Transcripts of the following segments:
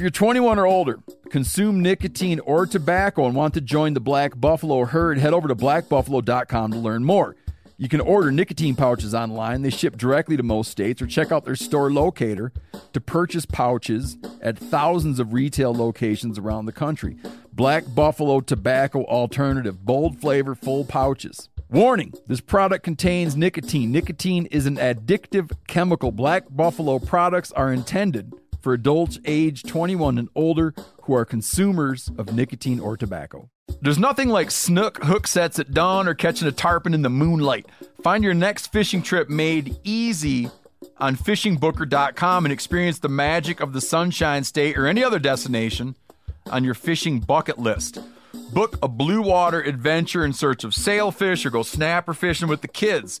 you're 21 or older, consume nicotine or tobacco, and want to join the Black Buffalo herd, head over to blackbuffalo.com to learn more. You can order nicotine pouches online. They ship directly to most states, or check out their store locator to purchase pouches at thousands of retail locations around the country. Black Buffalo Tobacco Alternative, bold flavor, full pouches. Warning this product contains nicotine. Nicotine is an addictive chemical. Black Buffalo products are intended for adults age 21 and older who are consumers of nicotine or tobacco. There's nothing like snook hook sets at dawn or catching a tarpon in the moonlight. Find your next fishing trip made easy on fishingbooker.com and experience the magic of the Sunshine State or any other destination on your fishing bucket list. Book a blue water adventure in search of sailfish or go snapper fishing with the kids.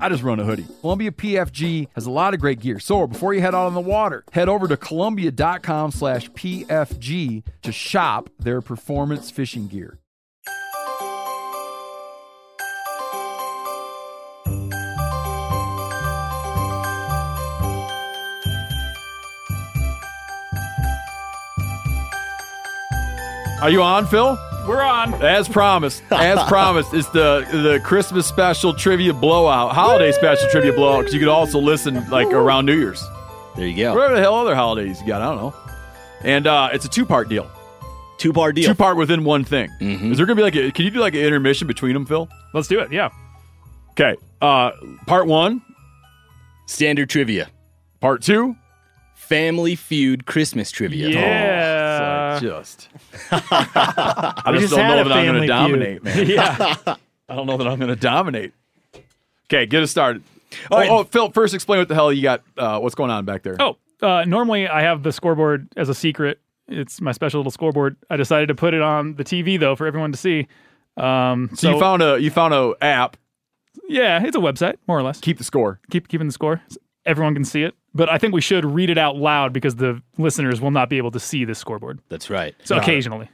I just run a hoodie. Columbia PFG has a lot of great gear. So before you head out on the water, head over to Columbia.com slash PFG to shop their performance fishing gear. Are you on, Phil? We're on. As promised, as promised, it's the the Christmas special trivia blowout, holiday special trivia blowout. Because you could also listen like around New Year's, There you go. whatever the hell other holidays you got, I don't know. And uh, it's a two part deal, Two bar deal. Mm-hmm. two part within one thing. Is there gonna be like a, can you do like an intermission between them, Phil? Let's do it. Yeah. Okay, uh, part one, Standard trivia. part two. Family feud Christmas trivia. Oh, Yeah. So just, I We just just, don't know had a that I'm family gonna feud. dominate, man. yeah. I don't know that I'm gonna dominate. Okay, get us started. Oh, All right. oh, Phil, first explain what the hell you got. Uh, what's going on back there? Oh, uh, normally I have the scoreboard as a secret. It's my special little scoreboard. I decided to put it on the TV though for everyone to see. Um, So, you found a you found a app. yeah, it's a website more or less. Keep the score. Keep keeping the score. Everyone can see it, but I think we should read it out loud because the listeners will not be able to see this scoreboard. That's right. So occasionally,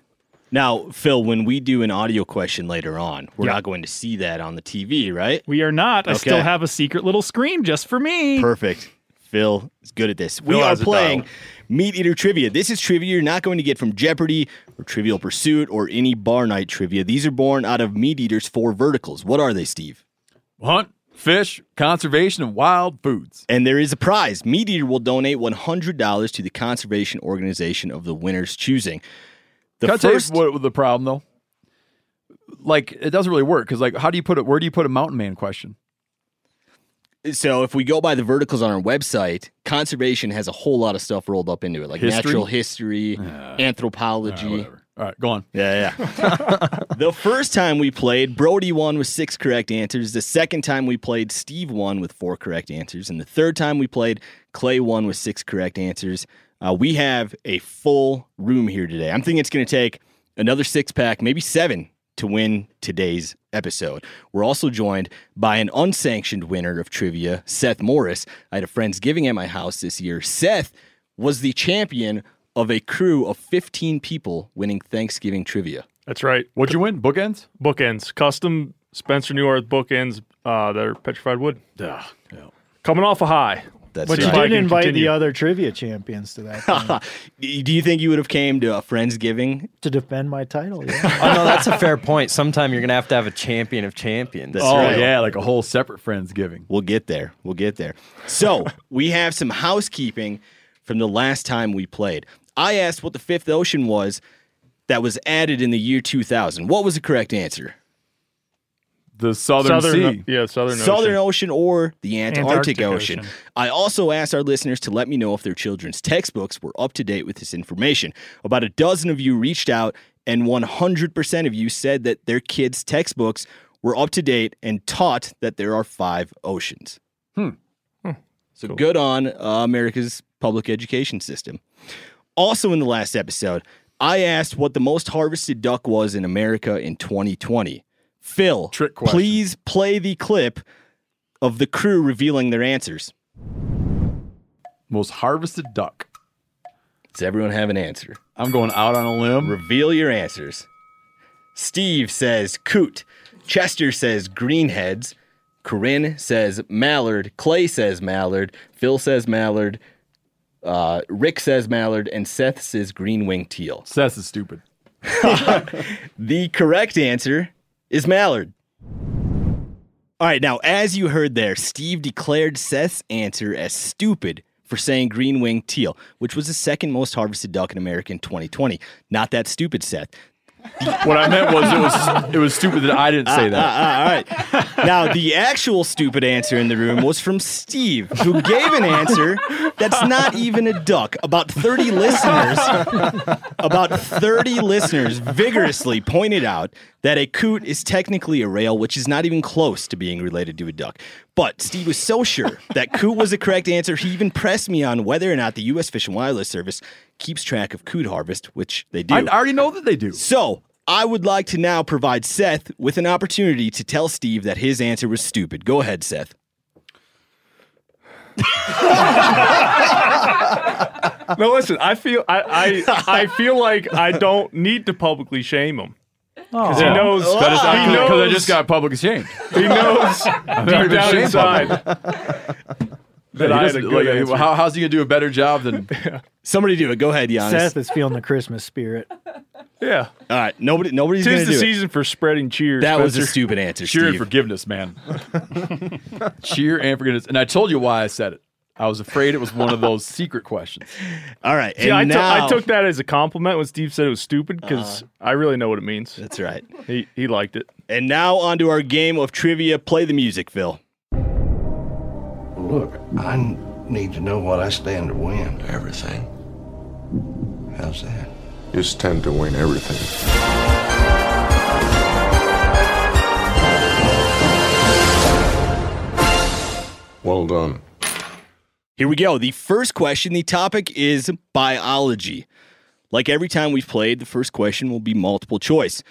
Now, Phil, when we do an audio question later on, we're Yeah. not going to see that on the TV, right? we are not. I still Okay. have a secret little screen just for me. Perfect. Phil is good at this. we Phil are has it playing dialed. Meat Eater Trivia. This is trivia you're not going to get from Jeopardy or Trivial Pursuit or any bar night trivia. These are born out of Meat Eater's four verticals. What are they, Steve? Hunt, fish, conservation, and wild foods. And there is a prize. Meat Eater will donate $100 to the conservation organization of the winner's choosing. The Can I tell you first, what the problem though? Like it doesn't really work because like how do you put it? Where do you put a mountain man question? so if we go by the verticals on our website, conservation has a whole lot of stuff rolled up into it, like History? natural history, anthropology. All right, go on. Yeah, yeah. the first time we played, Brody won with six correct answers. The second time we played, Steve won with four correct answers. And the third time we played, Clay won with six correct answers. Uh, we have a full room here today. I'm thinking it's going to take another six pack, maybe seven, to win today's episode. We're also joined by an unsanctioned winner of trivia, Seth Morris. I had a friend's giving at my house this year. Seth was the champion of a crew of 15 people winning Thanksgiving trivia. That's right. What'd you win? Bookends? Bookends, custom Spencer New Earth bookends uh, that are petrified wood. Yeah. Coming off a high. That's But right. you you did- I Didn't can invite the continue. other trivia champions to that thing Do you think you would have came to a Friendsgiving? to defend my title. Yeah. oh no, that's a fair point. Sometime you're gonna have to have a champion of champions. That's Oh right. yeah, like a whole separate friendsgiving. We'll get there. We'll get there. So we have some housekeeping from the last time we played. I asked what the fifth ocean was that was added in the year 2000. What was the correct answer? the Southern, Sea. yeah, Southern, Southern Ocean. Ocean or the Antarctic, Antarctic Ocean. Ocean. I also asked our listeners to let me know if their children's textbooks were up to date with this information. About a dozen of you reached out, and 100% of you said that their kids' textbooks were up to date and taught that there are five oceans. Hmm. So good on uh, America's public education system. Also, in the last episode, I asked what the most harvested duck was in America in 2020. Phil, Trick question. please play the clip of the crew revealing their answers. Most harvested duck. Does everyone have an answer? I'm going out on a limb. Reveal your answers. Steve says coot. Chester says greenheads. Corinne says mallard. Clay says mallard. Phil says mallard. Uh, Rick says mallard. And Seth says green winged teal. Seth is stupid. The correct answer is mallard. All right, now, as you heard there, Steve declared Seth's answer as stupid for saying green winged teal, which was the second most harvested duck in America in 2020. Not that stupid, Seth. What I meant was it was it was stupid that I didn't Ah, say that. Now, the actual stupid answer in the room was from Steve, who gave an answer that's not even a duck. About 30 listeners, about 30 listeners vigorously pointed out that a coot is technically a rail, which is not even close to being related to a duck. But Steve was so sure that coot was the correct answer, he even pressed me on whether or not the U.S. Fish and Wildlife Service keeps track of coot harvest, which they do. I, I already know that they do. So I would like to now provide Seth with an opportunity to tell Steve that his answer was stupid. Go ahead, Seth. No, listen, I feel I, I I feel like I don't need to publicly shame him. Because he knows That is he knows because I just got public shame. he knows already deep been down shamed inside that I had He a doesn't- good like, answer. how, how's he gonna do a better job than Somebody do it. Go ahead, Giannis. Seth is feeling the Christmas spirit. yeah. All right, nobody, nobody's Tis going to the do it. season for spreading cheers. That was a Spencer. stupid answer, cheer and Steve. forgiveness, man? cheer and forgiveness. And I told you why I said it. I was afraid it was one of those secret questions. All right, and Yeah, I, took- I now Uh, took that as a compliment when Steve said it was stupid Uh, because I really know what it means. That's right. He he liked it. And now onto our game of trivia. Play the music, Phil. Look, I n- need to know what I stand to win. Everything. How's that? You stand to win everything. Well done. Here we go. The first question, the topic is biology. Like every time we've played, the first question will be multiple choice.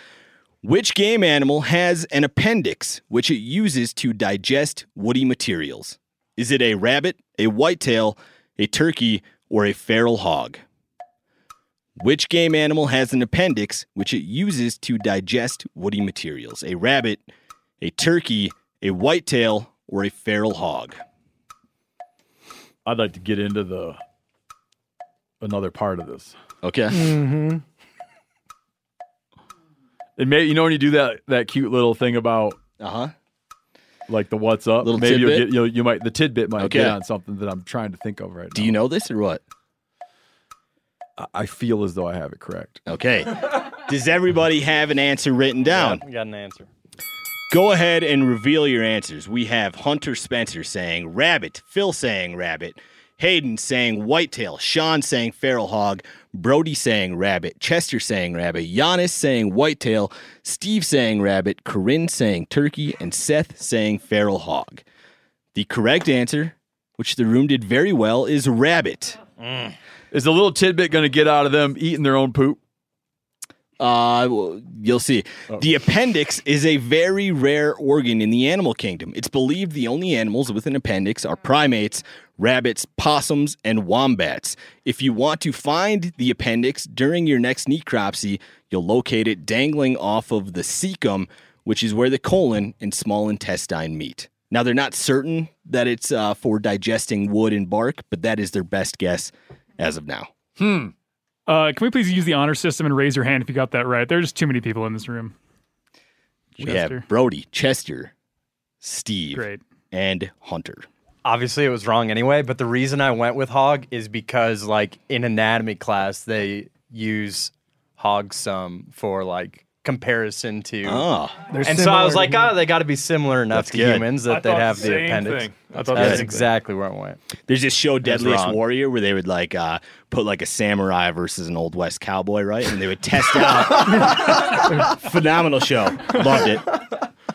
Which game animal has an appendix which it uses to digest woody materials? Is it a rabbit, a whitetail, a turkey, or a feral hog? Which game animal has an appendix which it uses to digest woody materials? A rabbit, a turkey, a whitetail, or a feral hog? I'd like to get into the another part of this. Okay. And may you know when you do that that cute little thing about Uh huh. like the what's up, Little maybe you'll tidbit? get you'll, you might the tidbit might Okay. get on something that I'm trying to think of right Do now. you know this or what? I feel as though I have it correct. Okay. Does everybody have an answer written down? We got an answer. Go ahead and reveal your answers. We have Hunter Spencer saying rabbit, Phil saying rabbit, Hayden saying whitetail, Sean saying feral hog, Brody saying rabbit, Chester saying rabbit, Giannis saying whitetail, Steve saying rabbit, Corinne saying turkey, and Seth saying feral hog. The correct answer, which the room did very well, is rabbit. Mm. Is the little tidbit going to get out of them eating their own poop? Uh, well, you'll see. The appendix is a very rare organ in the animal kingdom. It's believed the only animals with an appendix are primates, rabbits, possums, and wombats. If you want to find the appendix during your next necropsy, you'll locate it dangling off of the cecum, which is where the colon and small intestine meet. Now, they're not certain that it's uh, for digesting wood and bark, but that is their best guess as of now. Uh, can we please use the honor system and raise your hand if you got that right? There are just too many people in this room. We Chester. have Brody, Chester, Steve, Great. and Hunter. Obviously, it was wrong anyway. But the reason I went with hog is because, like in anatomy class, they use hog sum for like comparison to. Oh, They're and so I was similar like, to oh, they got to be similar enough That's to good. humans I that they'd thought have the the same appendix. thing. I thought the That's same exactly where I went. there's this show Deadliest wrong. Warrior where they would like uh, put like a samurai versus an old west cowboy, right? And they would test out. Phenomenal show, loved it.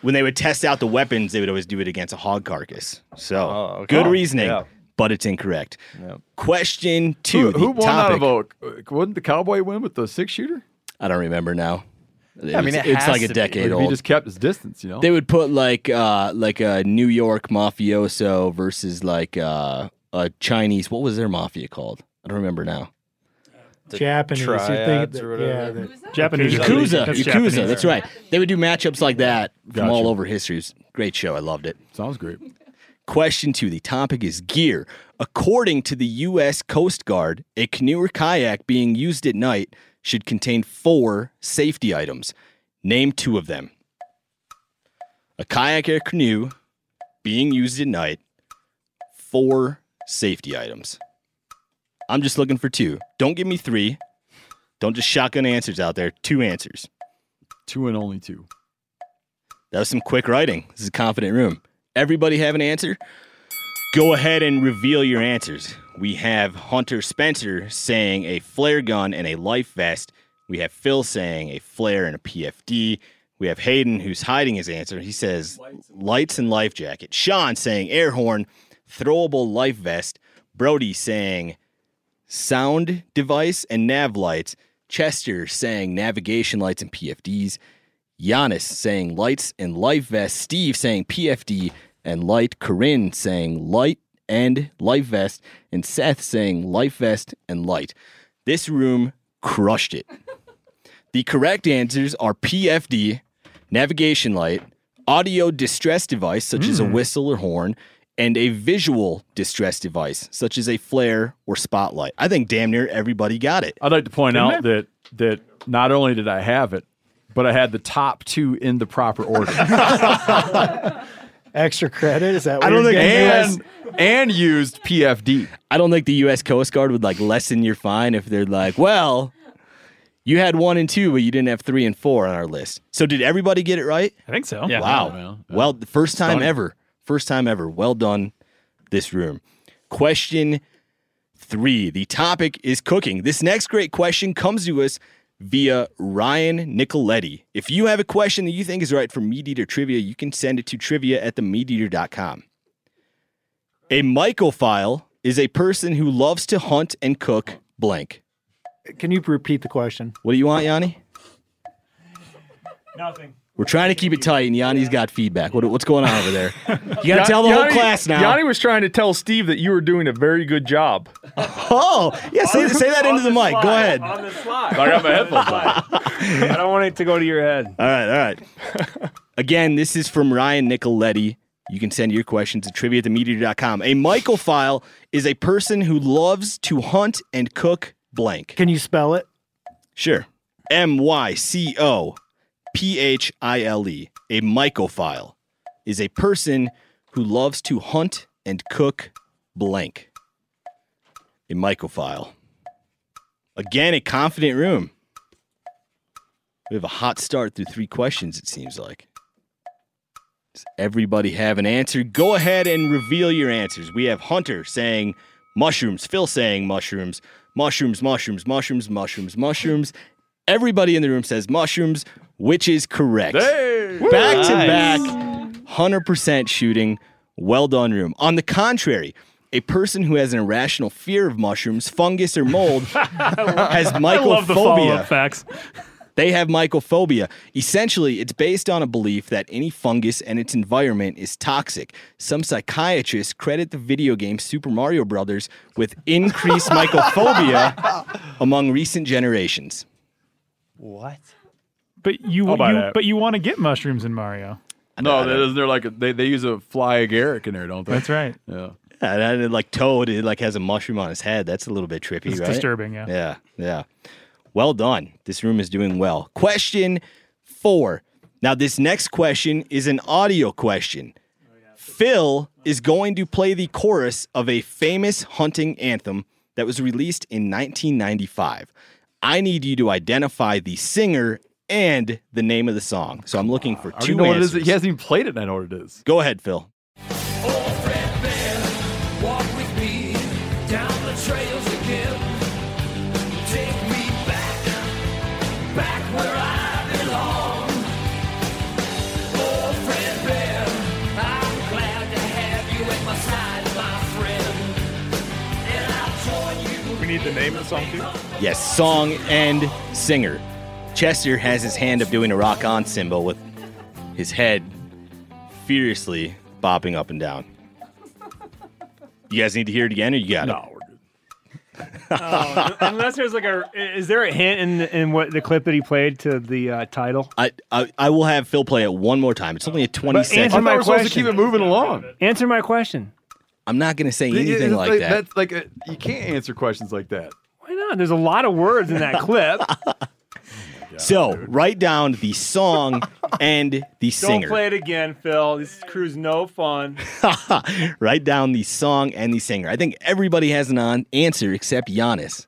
When they would test out the weapons, they would always do it against a hog carcass. So Oh, okay. good reasoning, Yeah. but it's incorrect. Yep. Question two: Who, who the won out topic- of a? Wouldn't the cowboy win with the six shooter? I don't remember now. I mean, It's- it it's has like a to be. decade Like, if he old. just kept his distance, you know. They would put like uh like a New York mafioso versus like uh a Chinese what was their mafia called? I don't remember now. Japanese. you think triads that- or whatever. Yeah, that- Japanese. Yakuza. That's Yakuza, Japanese. that's right. They would do matchups like that from Gotcha. all over history. It's a Great show. I loved it. Sounds great. Question two. The topic is gear. According to the US Coast Guard, a canoe or kayak being used at night should contain four safety items. Name two of them. A kayak or canoe being used at night, four safety items. I'm just looking for two. Don't give me three. Don't just shotgun answers out there. Two answers. Two and only two. That was some quick writing. This is a confident room. Everybody have an answer? Go ahead and reveal your answers. We have Hunter Spencer saying a flare gun and a life vest. We have Phil saying a flare and a PFD. We have Hayden who's hiding his answer. He says lights and life jacket. Sean saying air horn, throwable life vest. Brody saying sound device and nav lights. Chester saying navigation lights and PFDs. Giannis saying lights and life vest. Steve saying PFD and light. Corinne saying light and life vest. And Seth saying life vest and light. This room crushed it. the correct answers are PFD, navigation light, audio distress device, such Hmm. as a whistle or horn, and a visual distress device, such as a flare or spotlight. I think damn near everybody got it. I'd like to point out that that not only did I have it, but I had the top two in the proper order. Extra credit? Is that what I don't you're think getting at? and and used PFD. I don't think the U.S. Coast Guard would like lessen your fine if they're like, well, you had one and two, but you didn't have three and four on our list. So did everybody get it right? I think so. Wow. Well, the first time ever. First time ever. Well done, this room. Question three. The topic is cooking. This next great question comes to us via Ryan Nicoletti. If you have a question that you think is right for Meat Eater Trivia, you can send it to trivia at themeateater.com. A mycophile is a person who loves to hunt and cook blank. Can you repeat the question? What do you want, Yanni? Nothing. We're trying to keep it tight, and Yanni's got feedback. What, what's going on over there? You got to Yan- tell the whole Yanni- class now. Yanni was trying to tell Steve that you were doing a very good job. Oh, yeah, say, say that into the mic. Go ahead. All On the slide. I got my headphones on. I don't want it to go to your head. right, all right. Again, this is from Ryan Nicoletti. You can send your questions to trivia at themeteor.com. A mycophile is a person who loves to hunt and cook blank. Can you spell it? Sure. M Y C O P H I L E. A mycophile is a person who loves to hunt and cook blank. A mycophile. Again, a confident room. We have a hot start through three questions, it seems like. Does everybody have an answer? Go ahead and reveal your answers. We have Hunter saying mushrooms, Phil saying mushrooms, mushrooms, mushrooms, mushrooms, mushrooms, mushrooms. Everybody in the room says mushrooms, which is correct. Back to back, 100% shooting. Well done, room. On the contrary, a person who has an irrational fear of mushrooms, fungus, or mold has I love the follow mycophobia. up facts. They have mycophobia. Essentially, it's based on a belief that any fungus and its environment is toxic. Some psychiatrists credit the video game Super Mario Brothers with increased mycophobia among recent generations. What? But you, I'll buy you that. but you want to get mushrooms in Mario. No, that isn't. They're like a, they they use a fly agaric in there, don't they? That's right. Yeah. And then, like Toad, it like has a mushroom on his head. That's a little bit trippy, It's right? disturbing. Yeah. Yeah, yeah. Well done. This room is doing well. Question four. Now, this next question is an audio question. Phil is going to play the chorus of a famous hunting anthem that was released in 1995. I need you to identify the singer and the name of the song. So I'm looking for I Ah, already two know what it is. answers. He hasn't even played it, and I know what it is. Go ahead, Phil. We need the name of the song, too. Yes, song and singer. Chester has his hand up doing a rock on symbol with his head furiously bopping up and down. You guys need to hear it again, or you got it? Oh, unless there's like a, is there a hint in in what the clip that he played to the uh, title? I, I I will have Phil play it one more time. It's only a 20 But second. answer my We're supposed to question. keep it moving along. Answer my question. I'm not going to say anything It's like, that. That's like a, you can't answer questions like that. Why not? There's a lot of words in that clip. Oh so write down the song and the Don't singer. play it again, Phil. This crew's no fun. write down the song and the singer. I think everybody has an on- answer except Giannis.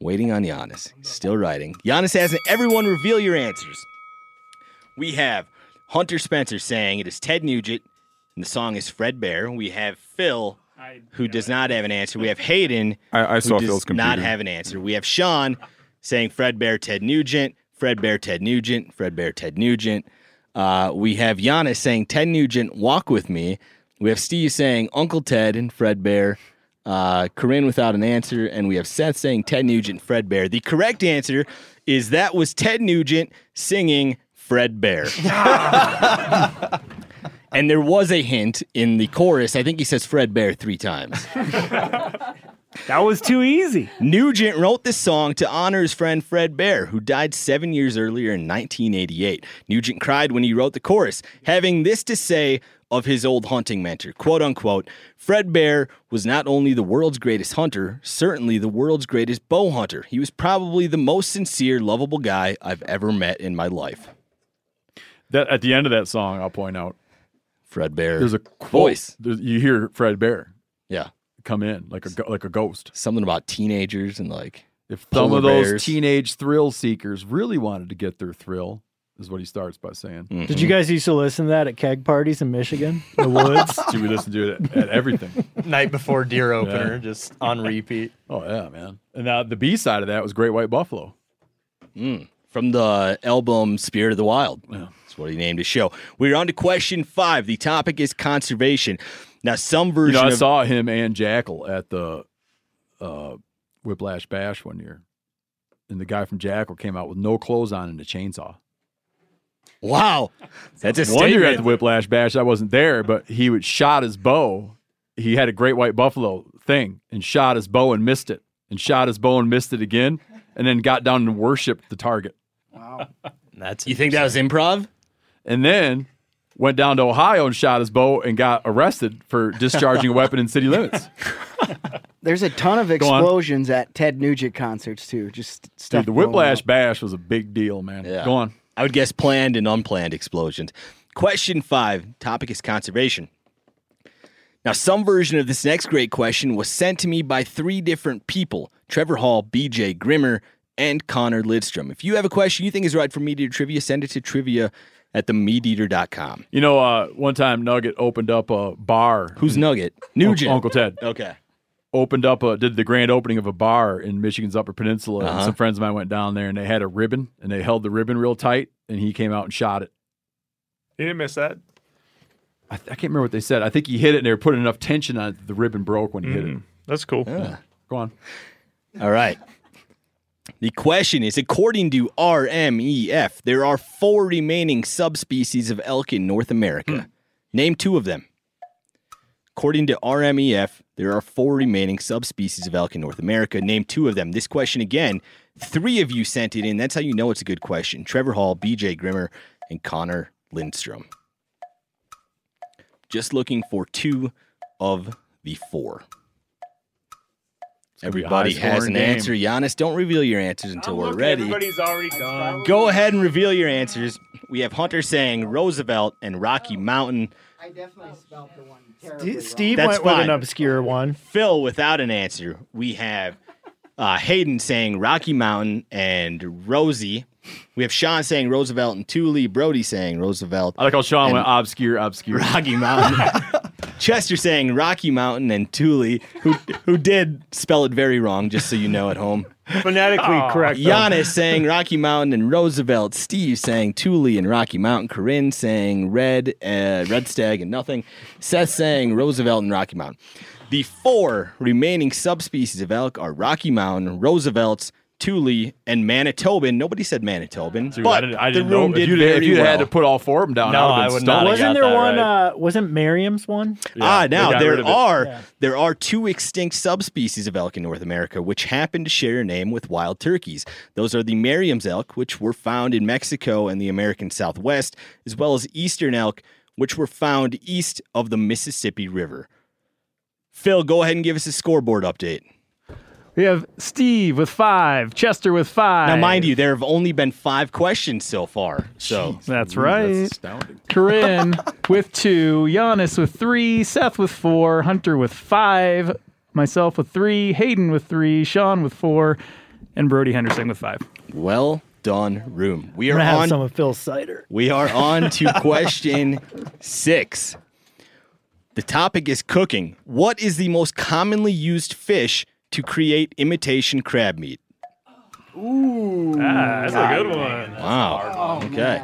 Waiting on Giannis. Still writing. Giannis hasn't. Everyone reveal your answers. We have Hunter Spencer saying it is Ted Nugent, and the song is Fred Bear. We have Phil, who does not have an answer. We have Hayden, I, I who saw does Phil's computer. not have an answer. We have Sean saying Fred Bear, Ted Nugent, Fred Bear, Ted Nugent, Fred Bear, Ted Nugent. Uh, we have Giannis saying Ted Nugent, walk with me. We have Steve saying Uncle Ted and Fred Bear. Uh, Corinne without an answer, and we have Seth saying Ted Nugent, Fred Bear. The correct answer is that was Ted Nugent singing Fred Bear. and there was a hint in the chorus. I think he says Fred Bear three times. That was too easy. Nugent wrote this song to honor his friend Fred Bear, who died seven years earlier in 1988. Nugent cried when he wrote the chorus, having this to say of his old hunting mentor quote unquote fred bear was not only the world's greatest hunter certainly the world's greatest bow hunter he was probably the most sincere lovable guy i've ever met in my life That at the end of that song, I'll point out fred bear there's a quote. voice There's, you hear Fred Bear yeah come in like a go- like a ghost. something about teenagers and like If some polar of those bears. teenage thrill seekers really wanted to get their thrill, is what he starts by saying. Mm-hmm. Did you guys used to listen to that at keg parties in Michigan, the woods? See, we listen to it at, at everything. Night before deer opener, just on repeat. Oh yeah, man. And now the B side of that was Great White Buffalo. Mm. from the album Spirit of the Wild. That's what he named his show. We're on to question five. The topic is conservation. Now, some You version know, I of saw him and Jackal at the uh, Whiplash Bash one year, and the guy from Jackal came out with no clothes on and a chainsaw. wow, that's a One year at statement. the Whiplash Bash, I wasn't there, but he would shot his bow. He had a great white buffalo thing and shot his bow and missed it, and shot his bow and missed it again, and then got down and worshipped the target. That's You think that was improv? and then went down to Ohio and shot his bow and got arrested for discharging a weapon in city limits. There's a ton of on. explosions at Ted Nugent concerts too. Just stuff. Dude, the blowing Whiplash up. Bash was a big deal, man. Yeah. Go on. I would guess planned and unplanned explosions. Question five topic is conservation. Now, some version of this next great question was sent to me by three different people Trevor Hall, BJ Grimmer, and Connor Lidstrom. If you have a question you think is right for Meat Eater Trivia, send it to trivia at themeateater.com. You know, uh, one time Nugget opened up a bar. Who's Nugget? Uncle- Nugent. Uncle Ted Okay. opened up a did the grand opening of a bar in Michigan's Upper Peninsula. And Uh-huh. some friends of mine went down there and they had a ribbon and they held the ribbon real tight and he came out and shot it. You didn't miss that. I, I can't remember what they said. I think he hit it and they were putting enough tension on it that the ribbon broke when he hit it. That's cool. Go on. All right. The question is according to RMEF, there are four remaining subspecies of elk in North America. Hmm. Name two of them. According to RMEF, there are four remaining subspecies of elk in North America. Name two of them. This question again, three of you sent it in. That's how you know it's a good question. Trevor Hall, BJ Grimmer, and Connor Lindstrom. Just looking for two of the four. gonna be a Everybody has an high-scoring game. answer. Giannis, don't reveal your answers until I'm we're looking, ready. Everybody's already done. Go ahead and reveal your answers. We have Hunter saying Roosevelt and Rocky Mountain. I definitely spelled the one. terribly D- wrong. Steve That's went with fine. an obscure one. Phil without an answer. We have uh, Hayden saying Rocky Mountain and Rosie. We have Sean saying Roosevelt and Thule. Brody saying Roosevelt. I like how Sean and went obscure, obscure. Rocky Mountain. Chester saying Rocky Mountain and Thule, who who did spell it very wrong, just so you know at home. Phonetically correct. though. Giannis saying Rocky Mountain and Roosevelt. Steve saying Thule and Rocky Mountain. Corinne saying Red, uh, Red Stag and nothing. Seth saying Roosevelt and Rocky Mountain. The four remaining subspecies of elk are Rocky Mountain, Roosevelt's, Thule, and Manitoban. Nobody said Manitoban, Dude, but I didn't, I the didn't know. room if did you'd, very if you'd well. had to put all four of them down, No, I I would have would been stunned. not have got Wasn't there that one? right. Uh, wasn't Merriam's one? ah, they now got rid there of it. are there are two extinct subspecies of elk in North America which happen to share a name with wild turkeys. Those are the Merriam's elk, which were found in Mexico and the American Southwest, as well as eastern elk, which were found east of the Mississippi River. Phil, go ahead and give us a scoreboard update. We have Steve with five, Chester with five. Now, mind you, there have only been five questions so far. So that's right. astounding. Corinne with two, Giannis with three, Seth with four, Hunter with five, myself with three, Hayden with three, Sean with four, and Brody Henderson with five. well done, room. We I'm are gonna have on some of Phil's cider. We are on to question six. The topic is cooking. What is the most commonly used fish to create imitation crab meat? Ah, that's a good one. Oh, Wow. Oh, Okay.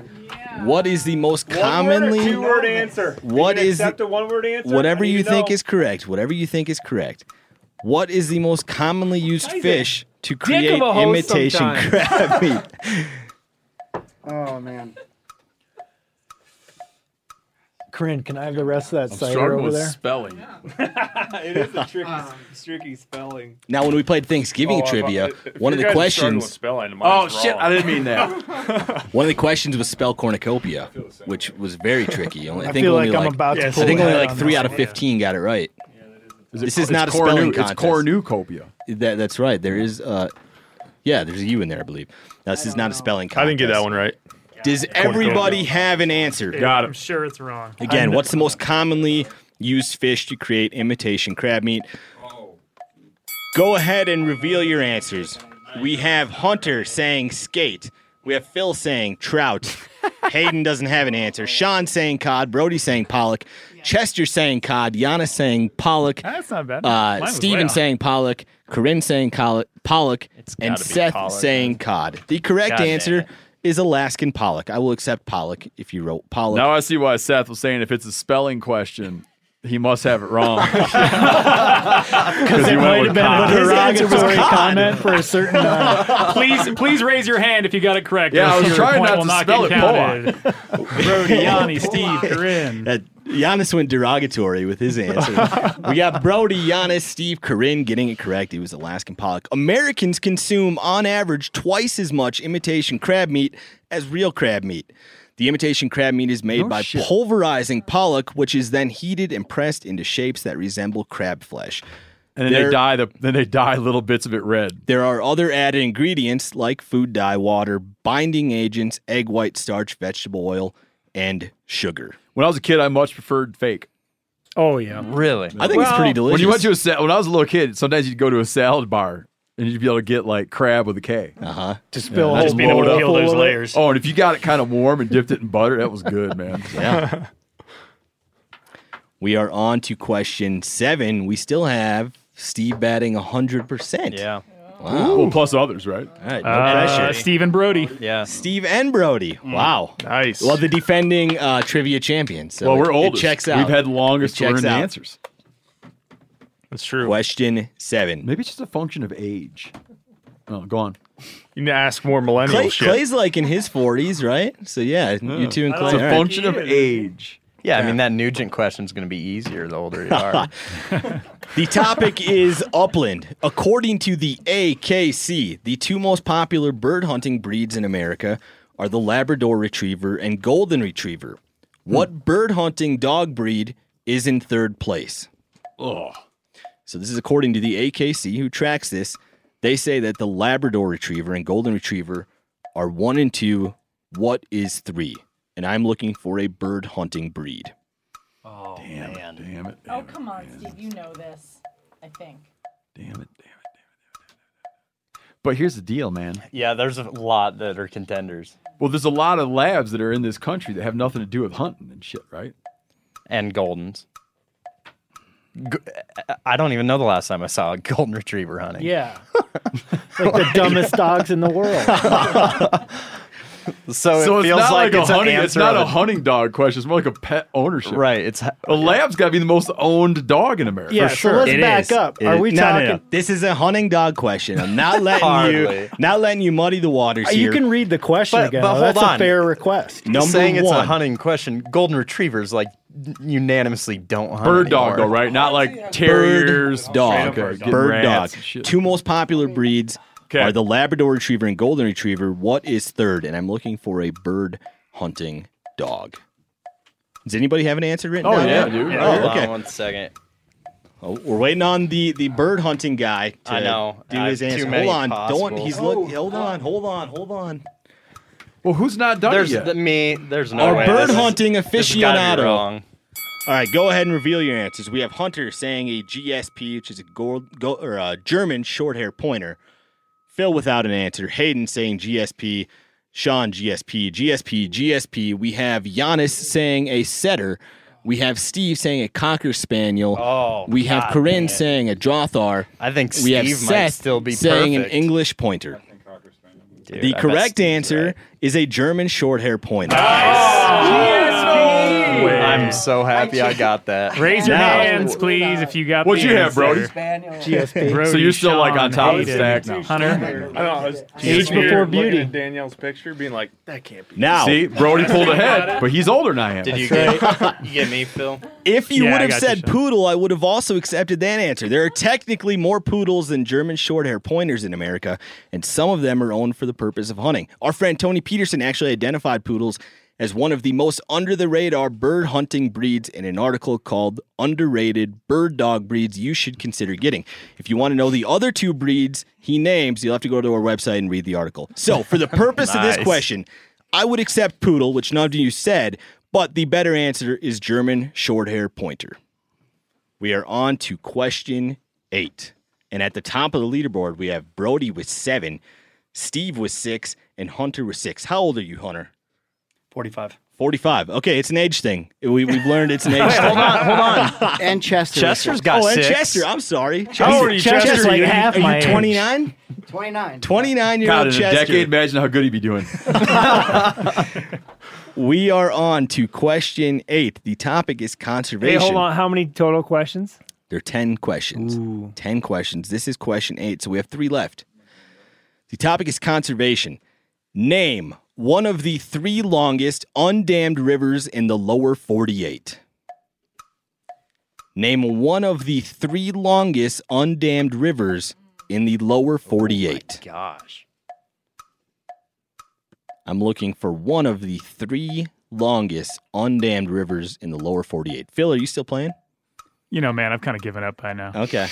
What is the most commonly word answer. What is a one word answer? whatever I need you to think know. is correct? Whatever you think is correct. What is the most commonly used fish to create of a host imitation sometimes. crab meat? Oh man. Corinne, can I have the rest of that cider Struggling over with there? spelling. it is a tricky, Um, tricky spelling. Now, when we played Thanksgiving Oh, if I- trivia, if- if one of you the guys are struggling questions with Spelling, Oh mine's shit! wrong. I didn't mean that. One of the questions was spell cornucopia, which was very tricky. Only, I, I think feel only like I'm like, about to I pull think a only head like on three this out of one. fifteen got it right. This is It's not a cornu- spelling It's contest. cornucopia. That, that's right. There is, uh, yeah, there's a U in there, I believe. Now, this is not a spelling contest. I didn't get that one right. Does everybody have an answer? Got I'm it. sure it's wrong. Again, what's the most commonly used fish to create imitation crab meat? Go ahead and reveal your answers. We have Hunter saying skate. We have Phil saying trout. Hayden doesn't have an answer. Sean saying cod. Brody saying pollock. Chester saying cod. Giannis saying pollock. That's not bad. Mine Uh, was way Steven off. saying pollock. Corinne saying coll- pollock. And gotta be Seth pollock. saying cod. The correct God dang answer it. is Alaskan pollock. I will accept pollock if you wrote pollock. Now I see why Seth was saying if it's a spelling question, he must have it wrong. Because he went with But cod. his Derogatory derogatory con. comment for a certain. Uh, please, please raise your hand if you got it correct. Yeah, I Else was your trying point not will to not spell get it, counted. Brody, Yanni, Steve, Corinne. That Oh, Uh, Giannis went derogatory with his answer. we got Brody, Giannis, Steve, Corinne getting it correct. It was Alaskan pollock. Americans consume, on average, twice as much imitation crab meat as real crab meat. The imitation crab meat is made by pulverizing pollock, which is then heated and pressed into shapes that resemble crab flesh. And then There- they dye the then they dye little bits of it red. There are other added ingredients like food dye, water, binding agents, egg white starch, vegetable oil, and sugar. When I was a kid, I much preferred fake. oh yeah. Really? I think it's pretty When delicious. you went to a sa- when I was a little kid, sometimes you'd go to a salad bar and you'd be able to get like crab with a K. uh-huh. Just Phil. Just being able to peel those layers. Oh, and if you got it kind of warm and dipped it in butter, that was good, man. Yeah. we are on to question seven. We still have Steve batting 100%. Yeah. Wow. Well, plus others, right? All right. No Uh, pressure. Steve and Brody. Yeah. Steve and Brody. Wow. Mm. Nice. Well, the defending uh, trivia champion. So well, it- we're it oldest. checks out. We've had longest It checks we're in the out. answers. That's true. question seven. Maybe it's just a function of age. Oh, go on. You need to ask more millennial Clay, shit. Clay's like in his 40s, right? So yeah, you two and Clay. It's a all right. function of age. Yeah, I mean that Nugent question's going to be easier the older you are. The topic is upland. According to the AKC, the two most popular bird hunting breeds in America are the Labrador Retriever and Golden Retriever. What bird hunting dog breed is in third place? Oh, So this is according to the AKC who tracks this. They say that the Labrador Retriever and Golden Retriever are 1 and 2. What is 3? And I'm looking for a bird hunting breed. damn it, damn it, Oh, come on, Steve. You know this, I think. damn it, damn it. But here's the deal, man. Yeah, there's a lot that are contenders. Well, there's a lot of labs that are in this country that have nothing to do with hunting and shit, right? And Goldens. G- I don't even know the last time I saw a golden retriever hunting. Yeah. like the dumbest dogs in the world. So it it's feels not like, a it's an hunting, it's answer not of a a- hunting dog question. It's more like a pet ownership. Right. It's a lab's got to be the most owned dog in America. Yeah, so let's It back is. up. Are It- we no, no, no. talking? This is a hunting dog question. I'm not letting you Hardly. not letting you muddy the waters You here. can read the question But- again. but though. hold That's a on. fair request. Number saying it's a one. hunting question. Golden retrievers like unanimously don't hunt. Bird dog, though, anymore. right? Not like Bird terriers, dog, Okay, bird, get dog. rats and shit. Two most popular breeds are the Labrador Retriever and Golden Retriever. What is third? And I'm looking for a bird hunting dog. Does anybody have an answer written? Oh, down yeah, yet? dude. Yeah, Oh, hold on okay. one second. Oh, we're waiting on the the bird hunting guy. To I know. Do I his have too answer. many Hold on. Don't. possibles. He's look. Hold on. Hold on. Hold on. Well, who's not done There's it yet? the, me. There's no Our way. bird This is- hunting this has gotta be aficionado. wrong. All right, go ahead and reveal your answers. We have Hunter saying a GSP, which is a gold, go, or a German short hair pointer. Phil without an answer. Hayden saying GSP. Sean GSP. GSP. GSP. We have Giannis saying a setter. We have Steve saying a cocker spaniel. Oh, we have God Corinne damn. saying a Drothar. I think Steve we have might Seth still be saying perfect. an English pointer. Dude, I the bet correct Steve's answer right. is a German short hair pointer. I'm so happy I got that. Uh, Raise your Now- hands, please, if you got. What'd the you have, Brody? answer. GSP. Brody, So you're still, like, Sean, on top of the Hayden, stack now. Hunter. I know. I was Age sitting here before looking beauty. at Danielle's picture, being like, that can't be. Now, See, Brody pulled ahead, but he's older than I am. Did you get, you get me, Phil? If you Yeah, I would have got you, said Sean. poodle, I would have also accepted that answer. There are technically more poodles than German short hair pointers in America, and some of them are owned for the purpose of hunting. Our friend Tony Peterson actually identified poodles as one of the most under the radar bird hunting breeds in an article called Underrated Bird Dog Breeds You Should Consider Getting. If you want to know the other two breeds he names, you'll have to go to our website and read the article. So, for the purpose of this Nice. question, I would accept poodle, which none of you said, but the better answer is German short hair pointer. We are on to question eight. And at the top of the leaderboard, we have Brody with seven, Steve with six, and Hunter with six. How old are you, Hunter? 45. 45. Okay, it's an age thing. We, we've learned it's an age thing. And Chester. Chester's got oh, and six. Chester. I'm sorry. How old are you, Chester's Chester? like you, half Are my you age. 29? 29. 29 year God, old in a Chester. decade, imagine how good he'd be doing. We are on to question eight. The topic is Hey, conservation. hold on. How many total questions? There are 10 questions. 10 questions. This is question eight, so we have three left. The topic is conservation. Name one of the three longest undammed rivers in the lower 48. Name one of the three longest undammed rivers in the lower 48. gosh. I'm looking for one of the three longest undammed rivers in the lower 48. Phil, are you still playing? You know, man, I've kind of given up by now. Okay.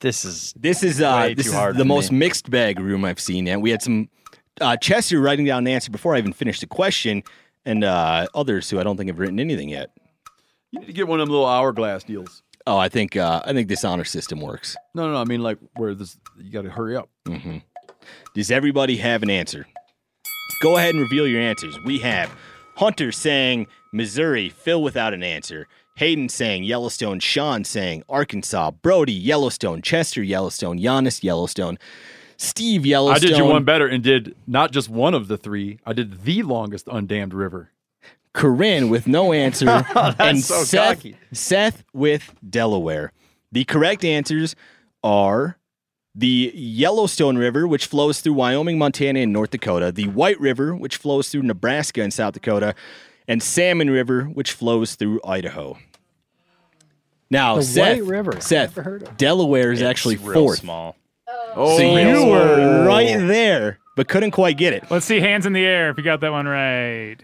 This is This is uh, Way this too is hard the for most me. mixed bag room I've seen. And we had some uh, Chester writing down an answer before I even finished the question, and uh, others who I don't think have written anything yet. You need to get one of them little hourglass deals. Oh, I think uh, I think this honor system works. No, no, no. I mean, like, where this, you got to hurry up. Does everybody have an answer? Go ahead and reveal your answers. We have Hunter saying Missouri, Phil without an answer, Hayden saying Yellowstone, Sean saying Arkansas, Brody Yellowstone, Chester Yellowstone, Giannis Yellowstone, Steve I Yellowstone. did you one better and did not just one of the three. I did the longest undammed river. Corinne with no answer, and so Seth, cocky. Seth with Delaware. The correct answers are the Yellowstone River, which flows through Wyoming, Montana, and North Dakota, the White River, which flows through Nebraska and South Dakota, and Salmon River, which flows through Idaho. Now, The Seth, White River. Seth, Never heard of. Delaware is it's actually real fourth. small. Oh. Oh, So you were right there, but couldn't quite get it. Let's see hands in the air if you got that one right.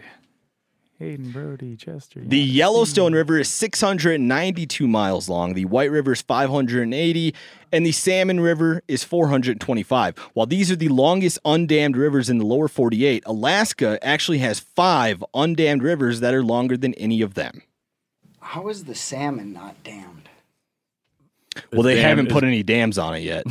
Hayden, Brody, Chester. The Yellowstone River is 692 miles long, the White River is 580, and the Salmon River is 425. While these are the longest undammed rivers in the lower 48, Alaska actually has five undammed rivers that are longer than any of them. How is the salmon not damned? Well, they dam haven't is- put any dams on it yet.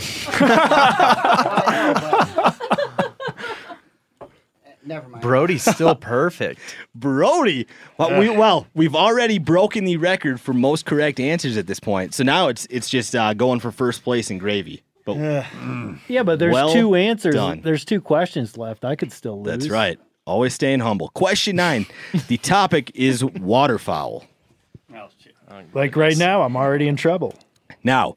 Never mind. Brody's still perfect. Brody, well, we, Ugh. well, we've already broken the record for most correct answers at this point. So now it's it's just uh, going for first place in gravy. But Yeah, but there's Well two answers. done. There's two questions left. I could still lose. That's right. Always staying humble. Question nine. the topic is waterfowl. Like right now, I'm already in trouble. Now,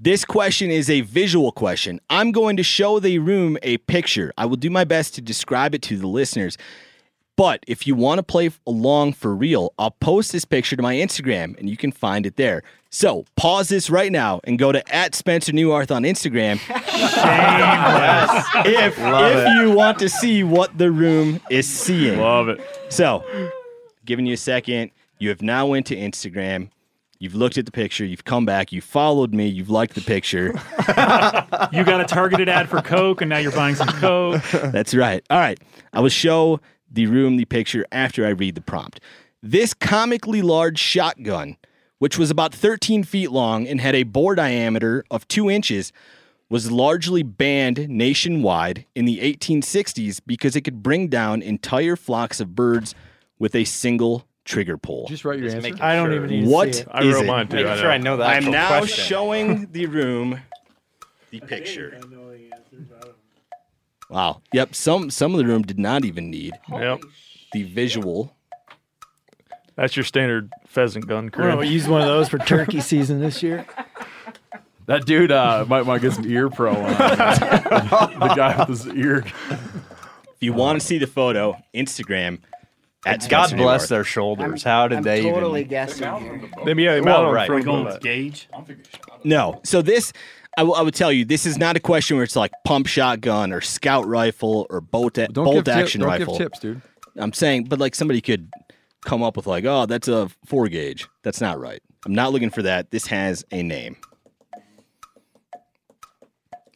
this question is a visual question. I'm going to show the room a picture. I will do my best to describe it to the listeners. But if you want to play along for real, I'll post this picture to my Instagram and you can find it there. So pause this right now and go to at Spencer Newarth on Instagram if, Love if it. you want to see what the room is seeing. Love it. So, giving you a second. You have now went to Instagram. You've looked at the picture. You've come back. You followed me. You've liked the picture. You got a targeted ad for Coke, and now you're buying some Coke. That's right. All right. I will show the room the picture after I read the prompt. This comically large shotgun, which was about 13 feet long and had a bore diameter of two inches, was largely banned nationwide in the 1860s because it could bring down entire flocks of birds with a single trigger pull. Just write your answer. I don't even need to What see it. is it? Making sure I know that. I'm now showing the room the picture. Wow. Yep. Some some of the room did not even need Yep. the visual. That's your standard pheasant gun, We're gonna Corinne. use one of those for turkey season this year. That dude uh, might want to get some ear pro on. the guy with his ear. If you want to see the photo, Instagram at God Spencer bless Newarth. their shoulders. How did I'm they totally even? guessing here. Maybe yeah, Well, right. We're going with gauge. No. So this, I will- I would tell you, this is not a question where it's like pump shotgun or scout rifle or bolt a- Don't bolt give tip- action don't give rifle. tips, dude. I'm saying, but like somebody could come up with like, oh, that's a four gauge. That's not right. I'm not looking for that. This has a name.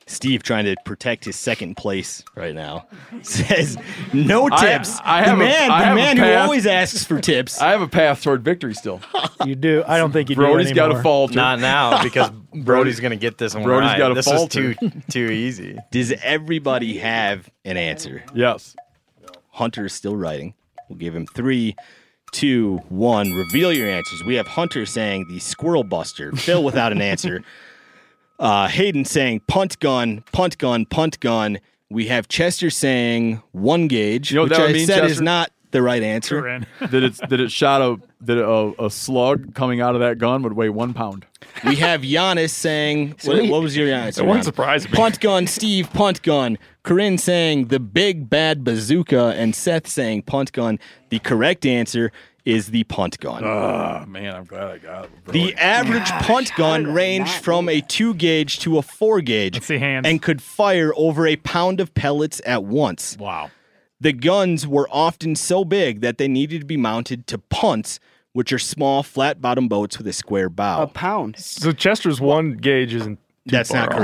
Steve, trying to protect his second place right now, says no I- tips. I the have a- man, I the have a man who path. always asks for tips. I have a path toward victory still. You do. I don't think you Brody's do got anymore. to falter. Not now because Brody's gonna get this one Brody's right. gotta this falter. is too too easy. Does everybody have an answer? Yes. Hunter is still writing. We'll give him three, two, one. Reveal your answers. We have Hunter saying the squirrel buster. Phil without an answer. Uh, Hayden saying punt gun, punt gun, punt gun. We have Chester saying one gauge, You know what which that would I mean, said is Chester? not the right answer. Corinne. That it's that it shot a that a, a slug coming out of that gun would weigh one pound. We have Giannis saying, what, what was your answer? It wouldn't Giannis? surprise me. Punt gun, Steve, punt gun. Corinne saying the big bad bazooka, and Seth saying punt gun. The correct answer is the punt gun. Ah man, I'm glad I got it. The average punt gun ranged from a two gauge to a four gauge Let's see hands. and could fire over a pound of pellets at once. Wow. The guns were often so big that they needed to be mounted to punts, which are small, flat bottom boats with a square A bow. pound. So Chester's one gauge isn't. too That's far not off.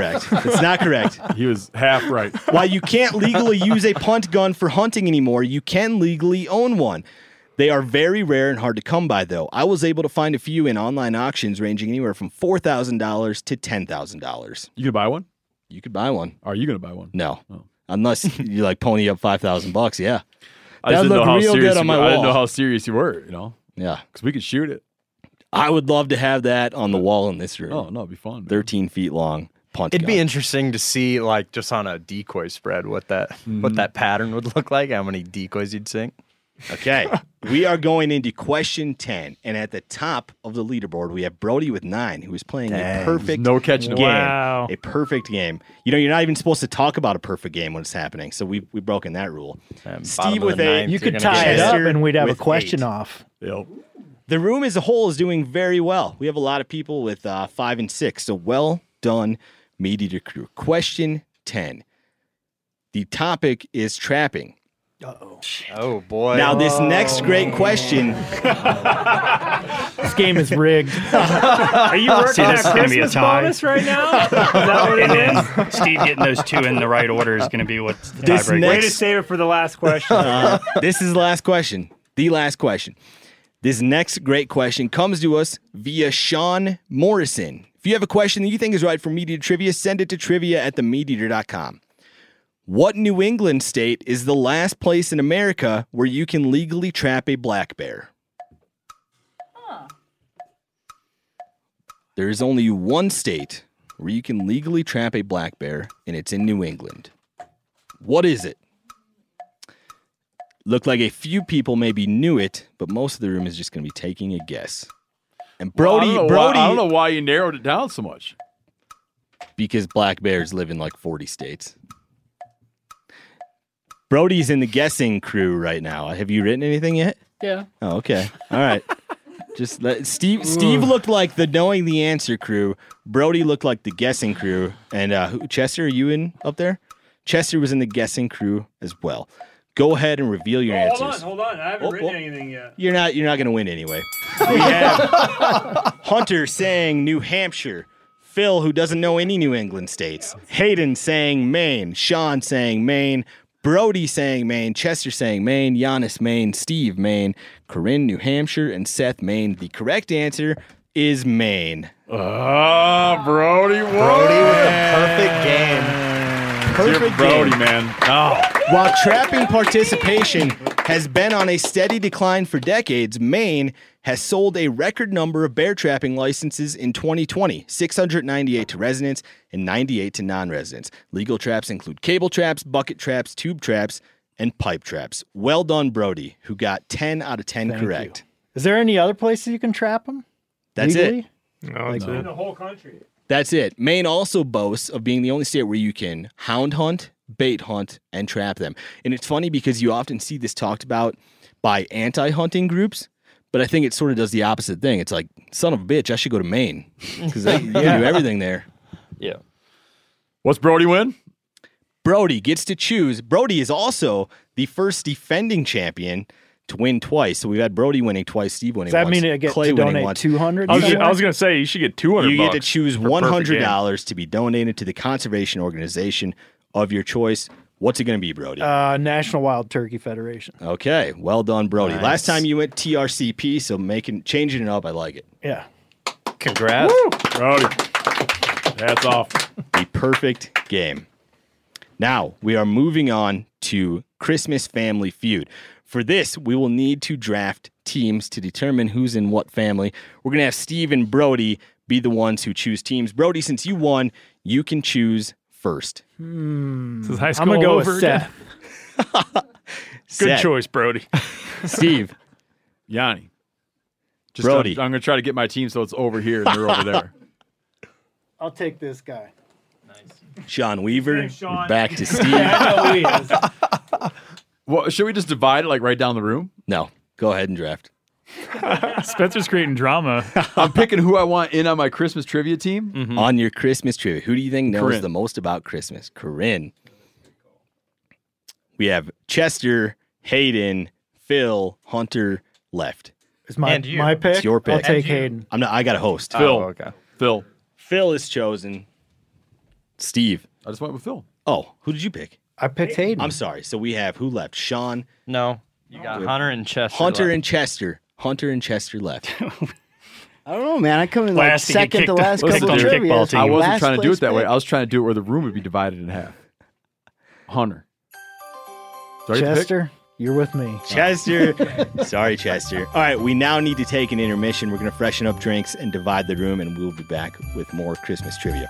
correct. That's not correct. He was half right. While you can't legally use a punt gun for hunting anymore, you can legally own one. They are very rare and hard to come by, though. I was able to find a few in online auctions ranging anywhere from $4,000 to $10,000. You gonna buy one? You could buy one. Are you gonna buy one? No. Oh. Unless you like pony up 5,000 bucks. Yeah. I just That didn't know looked how real serious good on you- my I didn't wall. know how serious you were. You know, Yeah. because we could shoot it. I would love to have that on the wall in this room. Oh no, it'd be fun. man. 13 feet long punt. It'd be gun. interesting to see, like, just on a decoy spread, what that what that pattern would look like, how many decoys you'd sink. Okay. we are going into question 10. And at the top of the leaderboard, we have Brody with nine, who is playing a Dang. perfect no catching game. him. Wow. A perfect game. You know, you're not even supposed to talk about a perfect game when it's happening. So we we've broken that rule. Um, bottom Steve of the with eight. ninth, You you're could gonna tie get it guess. up and we'd have a With question eight. off. Yep. The room as a whole is doing very well. We have a lot of people with uh, five and six. So well done, Meat Eater Crew. Question 10. The topic is trapping. Oh boy! Now, this next great question This game is rigged. Are you working this that is gonna be a Christmas tie. bonus right now? and then Steve getting those two in the right order is going to be what's the This tiebreaker. next- Uh, Way to save it for the last question. this is the last question. The last question. This next great question comes to us via Sean Morrison. If you have a question that you think is right for Meat Eater Trivia, send it to trivia at themeateater.com. What New England state is the last place in America where you can legally trap a black bear? There is only one state where you can legally trap a black bear, and it's in New England. What is it? Looked like a few people maybe knew it, but most of the room is just going to be taking a guess. And Well, Brody, I don't know why- Brody, I don't know why you narrowed it down so much. because black bears live in like 40 states. Brody's in the guessing crew right now. Have you written anything yet? Yeah. Oh, okay. All right. Just let Steve. Steve looked like the knowing the answer crew. Brody looked like the guessing crew. And uh, who, Chester, are you in up there? Chester was in the guessing crew as well. Go ahead and reveal your hold on, answers. hold on. I haven't written anything yet. You're not. You're not going to win anyway. Oh, We have Hunter saying New Hampshire. Phil, who doesn't know any New England states. Hayden saying Maine. Sean saying Maine. Brody saying Maine. Chester saying Maine. Giannis Maine. Steve Maine. Corinne New Hampshire. And Seth Maine. The correct answer is Maine. Ah, Brody won. Brody with a perfect game. Perfect Brody, game. man. Oh. While trapping participation has been on a steady decline for decades, Maine has sold a record number of bear trapping licenses in 2020 698 to residents and 98 to non residents. Legal traps include cable traps, bucket traps, tube traps, and pipe traps. Well done, Brody, who got 10 out of 10 correct. Is there any other places you can trap them? That's Legally? it. In the whole country. That's it. Maine also boasts of being the only state where you can hound hunt, bait hunt, and trap them. And it's funny because you often see this talked about by anti hunting groups, but I think it sort of does the opposite thing. It's like, son of a bitch, I should go to Maine because they you can do everything there. Yeah. What's Brody win? Brody gets to choose. Brody is also the first defending champion to win twice. So we've had Brody winning twice, Steve Does winning that once. mean I get Clay to winning donate once. 200 I was, somewhere? I was gonna say you should get two hundred. You get to choose one hundred dollars. dollars to be donated to the conservation organization of your choice. What's it going to be, Brody? Uh, National Wild Turkey Federation. okay, well done, Brody. Nice. Last time you went TRCP, so making changing it up, I like it. Yeah. Congrats, Brody. That's off. The perfect game. Now we are moving on to Christmas Family Feud. For this, we will need to draft teams to determine who's in what family. We're going to have Steve and Brody be the ones who choose teams. Brody, since you won, you can choose first. Hmm. This is high I'm school gonna go over with Seth. again. Set. Brody. Steve. Yanni. Just Brody. I'm, going to try to get my team so it's over here and they're over there. I'll take this guy. Sean Weaver. Thanks, Sean. We're Back to Steve. well, should we just divide it like right down the room? No. Go ahead and draft. Spencer's creating drama. I'm picking who I want in on my Christmas trivia team. Mm-hmm. On your Christmas trivia, who do you think knows Mm-hmm. Corinne. the most about Christmas? Corinne. We have Chester, Hayden, Phil, Hunter left. It's my- And you. my pick? It's your pick. I'll take And you. Hayden. I'm not. I got a host. Oh, Phil. okay. Phil. Phil is chosen. Steve. I just went with Phil. Oh, who did you pick? I picked Hayden. I'm sorry. So we have who left? Sean. No. You got Hunter and Chester. Hunter left. and Chester. Hunter and Chester left. I don't know, man. I come in like Last to get second to kicked- last Listen, couple of dude, trivia. I wasn't Last trying to do place it that way. pick. I was trying to do it where the room would be divided in half. Hunter. Do I get to pick? Chester, you're with me. Chester. Sorry, Chester. All right, we now need to take an intermission. We're going to freshen up drinks and divide the room, and we'll be back with more Christmas trivia.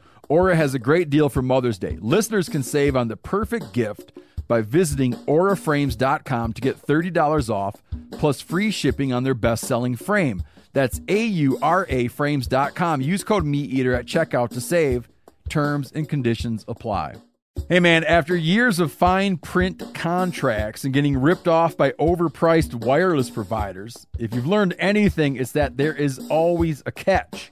Aura has a great deal for Mother's Day. Listeners can save on the perfect gift by visiting auraframes.com to get $30 off plus free shipping on their best selling frame. That's A U R A frames.com. Use code MeatEater at checkout to save. Terms and conditions apply. Hey man, after years of fine print contracts and getting ripped off by overpriced wireless providers, if you've learned anything, it's that there is always a catch.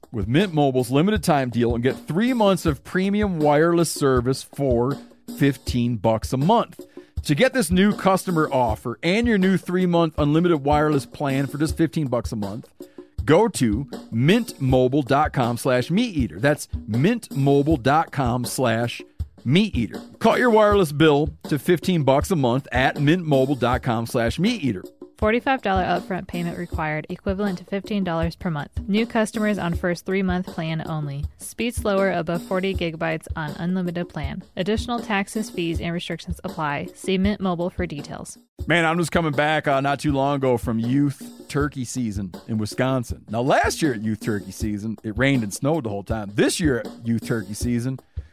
with Mint Mobile's limited time deal and get 3 months of premium wireless service for 15 bucks a month. To get this new customer offer and your new 3-month unlimited wireless plan for just 15 bucks a month, go to mintmobile.com slash meateater. That's mintmobile.com slash meateater. Cut your wireless bill to 15 bucks a month at mintmobile.com slash meateater. $45 upfront payment required, equivalent to $15 per month. New customers on first three month plan only. Speed slower above 40 gigabytes on unlimited plan. Additional taxes, fees, and restrictions apply. See Mint Mobile for details. Man, I'm just coming back uh, not too long ago from youth turkey season in Wisconsin. Now, last year at youth turkey season, it rained and snowed the whole time. This year at youth turkey season,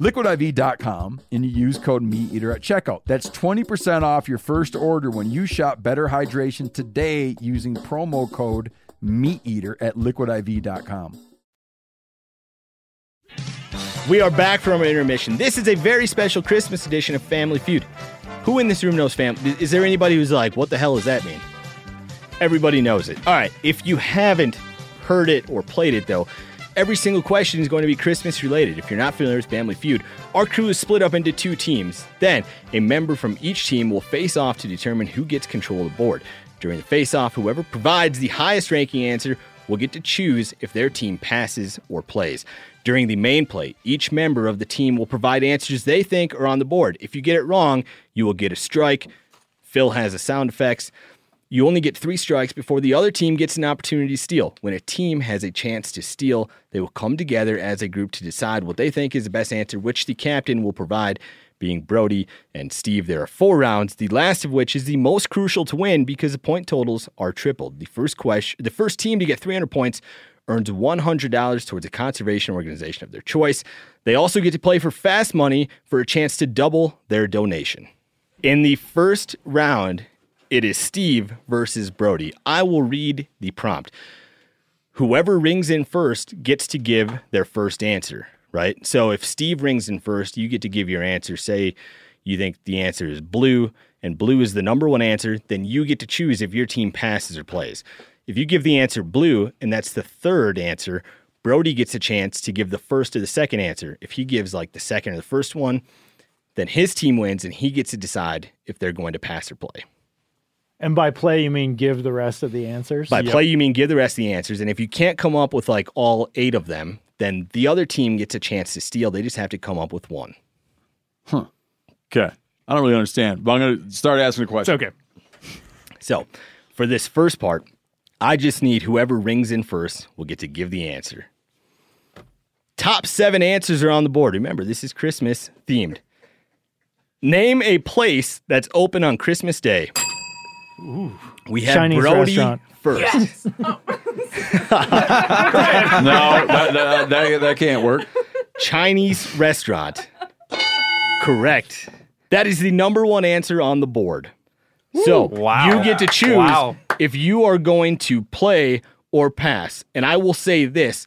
liquidiv.com and you use code MeatEater at checkout. That's 20% off your first order when you shop Better Hydration today using promo code MeatEater at liquidiv.com. We are back from our intermission. This is a very special Christmas edition of Family Feud. Who in this room knows fam? Is there anybody who's like, what the hell does that mean? Everybody knows it. All right, if you haven't heard it or played it though, every single question is going to be Christmas related. If you're not familiar with Family Feud, our crew is split up into two teams. Then, a member from each team will face off to determine who gets control of the board. During the face off, whoever provides the highest ranking answer will get to choose if their team passes or plays. During the main play, each member of the team will provide answers they think are on the board. If you get it wrong, you will get a strike. Phil has the sound effects. You only get three strikes before the other team gets an opportunity to steal. When a team has a chance to steal, they will come together as a group to decide what they think is the best answer, which the captain will provide, being Brody and Steve. There are four rounds, the last of which is the most crucial to win because the point totals are tripled. The first question, the first team to get 300 points earns $100 towards a conservation organization of their choice. They also get to play for fast money for a chance to double their donation. In the first round, it is Steve versus Brody. I will read the prompt. Whoever rings in first gets to give their first answer, right? So if Steve rings in first, you get to give your answer. Say you think the answer is blue and blue is the number one answer, then you get to choose if your team passes or plays. If you give the answer blue and that's the third answer, Brody gets a chance to give the first or the second answer. If he gives like the second or the first one, then his team wins and he gets to decide if they're going to pass or play. And by play, you mean give the rest of the answers? By play, you mean give the rest of the answers. And if you can't come up with like all eight of them, then the other team gets a chance to steal. They just have to come up with one. Huh. Okay. I don't really understand, but I'm going to start asking a question. okay. So for this first part, I just need whoever rings in first will get to give the answer. Top seven answers are on the board. Remember, this is Christmas themed. Name a place that's open on Christmas Day. We have Chinese Brody restaurant. first. no, that, that, that, that can't work. Chinese restaurant. Correct. That is the number one answer on the board. So Ooh. Wow. you get to choose Wow. if you are going to play or pass. And I will say this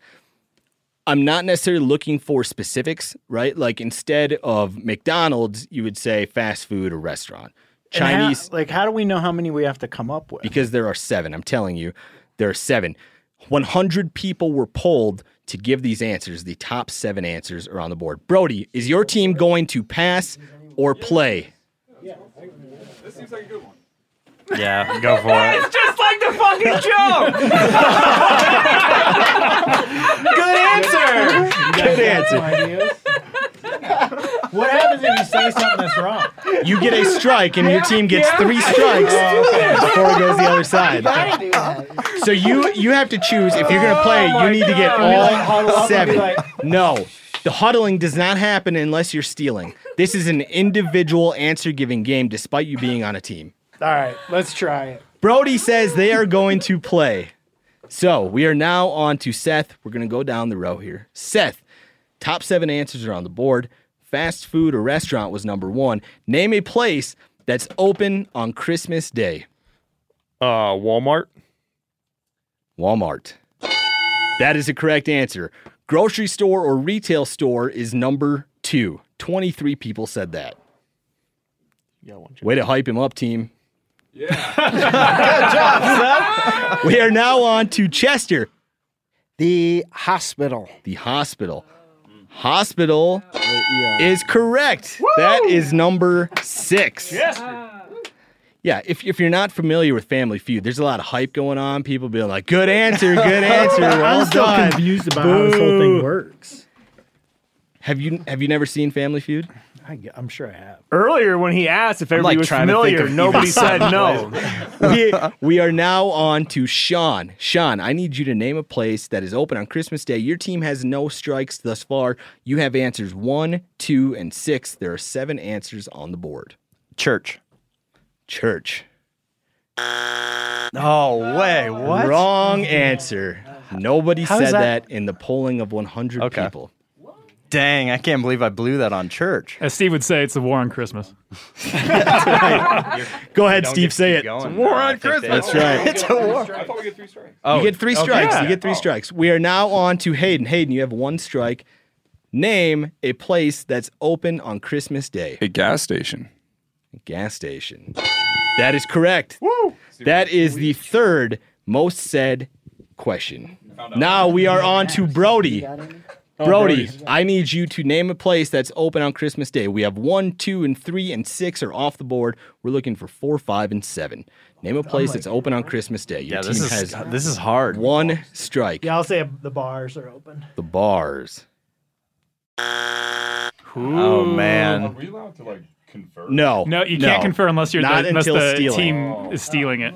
I'm not necessarily looking for specifics, right? Like instead of McDonald's, you would say fast food or restaurant. And how- Chinese like, how do we know how many we have to come up with? because there are seven. I'm telling you, there are seven. 100 people were polled to give these answers. The top seven answers are on the board. Brody, is your team going to pass or play? This seems like a good one. Yeah, go for it. just like the fucking joke. Good answer. Good answer. What happens if you say something that's wrong? You get a strike, and your team gets Yeah. three strikes before it goes the other side. So you you have to choose if you're gonna play. Oh my you need to get God. Be like, huddle up all and be seven. like- No, the huddling does not happen unless you're stealing. This is an individual answer giving game, despite you being on a team. All right, let's try it. Brody says they are going to play. So we are now on to Seth. We're going to go down the row here. Seth, top seven answers are on the board. Fast food or restaurant was number one. Name a place that's open on Christmas Day. Uh, Walmart. Walmart. That is the correct answer. Grocery store or retail store is number two. 23 people said that. Way to hype him up, team. Good job, We are now on to Chester. The hospital. The hospital. Hospital is correct. That is number six. Yes. Ah. Yeah, if, if you're not familiar with Family Feud, there's a lot of hype going on. People being like, good answer, good answer. Well I'm still done." confused about how this whole Boo. thing works. Have you have you never seen Family Feud? I, ge- I'm sure I have. Earlier, when he asked if everybody was familiar, nobody said no. we, we are now on to Sean. Sean, I need you to name a place that is open on Christmas Day. Your team has no strikes thus far. You have answers one, two, and six. There are seven answers on the board. Church. Church. No way. What? Wrong answer. Nobody How is said that- that? in the polling of 100 people. Dang, I can't believe I blew that on church. As Steve would say, it's a war on Christmas. Go ahead, Don't Steve, get say Steve it. going. It's a war No, on I think Christmas. That's right. Oh, It's a war. I thought we get three strikes. you get three Oh, okay. strikes. Yeah. Oh. You get three strikes. We are now on to Hayden. Hayden, you have one strike. Name a place that's open on Christmas Day. A gas station. Gas station. That is correct. Woo! That is the third most said question. Now we are on to Brody. Oh, Brody, Brody's. I need you to name a place that's open on Christmas Day. We have one, two, and three, and six are off the board. We're looking for four, five, and seven. Name Oh a place that's open on Christmas Day. Your Yeah, this team is- has this is hard. One strike. Yeah, I'll say the bars are open. The bars. Oh, man. Are we allowed to like confer? No, No, you can't no. confer unless you're Not the, unless until the stealing. team Oh. is stealing it.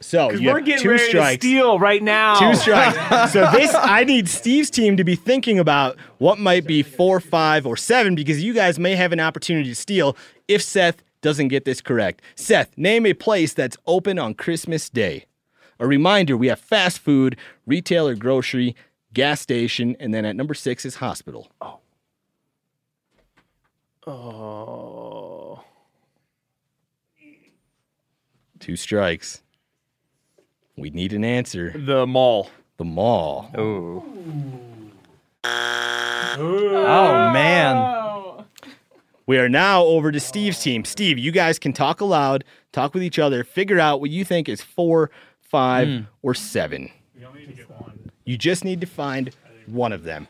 So Because you we're have getting two ready to strikes. Steal right now. Two strikes. so this, I need Steve's team to be thinking about what might be four, five, or seven because you guys may have an opportunity to steal if Seth doesn't get this correct. Seth, name a place that's open on Christmas Day. A reminder: we have fast food, retail or grocery, gas station, and then at number six is hospital. Oh. Two strikes. We need an answer. The mall. The mall. Oh. Oh man. We are now over to Steve's team. Steve, you guys can talk aloud, talk with each other, figure out what you think is four, five, Hmm. Mm. or seven. You just need to find one of them.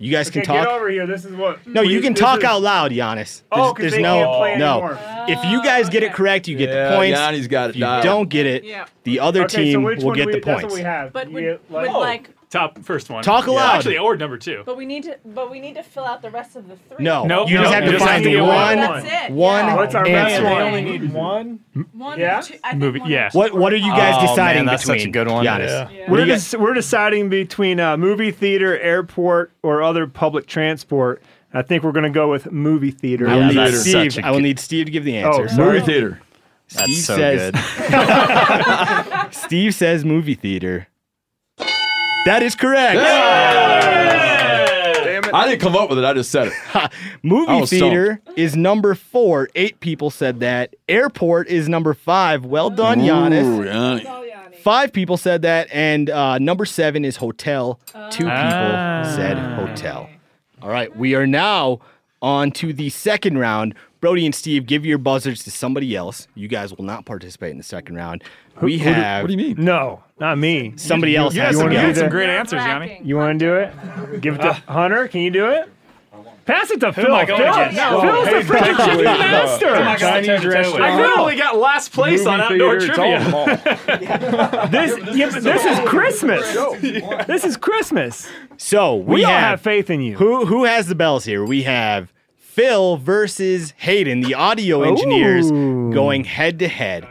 You guys can Okay, talk. Get over here. This is what. No, you we- can this talk is- out loud, Giannis. Oh, 'cause there's they no, can't play no. anymore. If you guys get it correct, you get the Yeah, points. Giannis got it If you dialed. don't get it, the other Okay, so team which will one do get we- the that's what points. we have. But You would, get, like- would like Top first one. Talk Yeah. aloud. Actually, or number two. But we need to. But we need to fill out the rest of the three. No, Nope. you just No, have you to just have find to get one. one. That's it, One. yeah. What's our best answer. one? I only need one. One yeah. Movie. Yeah. What What are you guys Oh, man, deciding that's such a between? good one. Giannis. Yeah. What do We're you des- we're deciding between uh, movie theater, airport, or other public transport. I think we're going to go with movie theater. I will need Steve. I will need Steve to give the answer. Oh, sorry. Movie theater. Steve so says. Steve says movie theater. That is correct. I didn't come up with it. I just said it. I Movie was theater is number four. Eight people said that. Airport is number five. Well done, Giannis. Ooh, Yanni. Five people said that, and uh, number seven is hotel. Two people Ah. said hotel. All right, we are now on to the second round. Brody and Steve, give your buzzers to somebody else. You guys will not participate in the second round. we who do- have. what do you mean? No, not me. Somebody else You, has you to wanna go. do the- answers, Yanni. You want to do it? Give it to Hunter. Can you do it? Pass it to Who Phil. am I going Phil, against? No. Phil's Hey, the freaking Phil. chicken Who am I master. going against? Chinese restaurant. I literally got last place on outdoor trivia. this, yeah, but this is Christmas. This is Christmas. So we, We all have, have faith in you. Who who has the bells here? We have Phil versus Hayden, the audio engineers, Ooh. going head to head.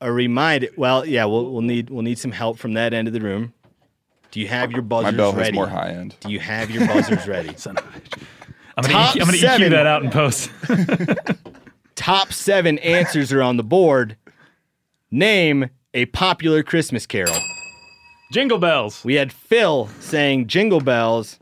A reminder. Well, yeah, we'll we'll need we'll need some help from that end of the room. Do you have your buzzers bell has ready? more high end. Do you have your buzzers ready? I'm gonna, EQ, I'm gonna EQ that out in post. Top seven answers are on the board. Name a popular Christmas carol. Jingle bells. We had Phil saying jingle bells.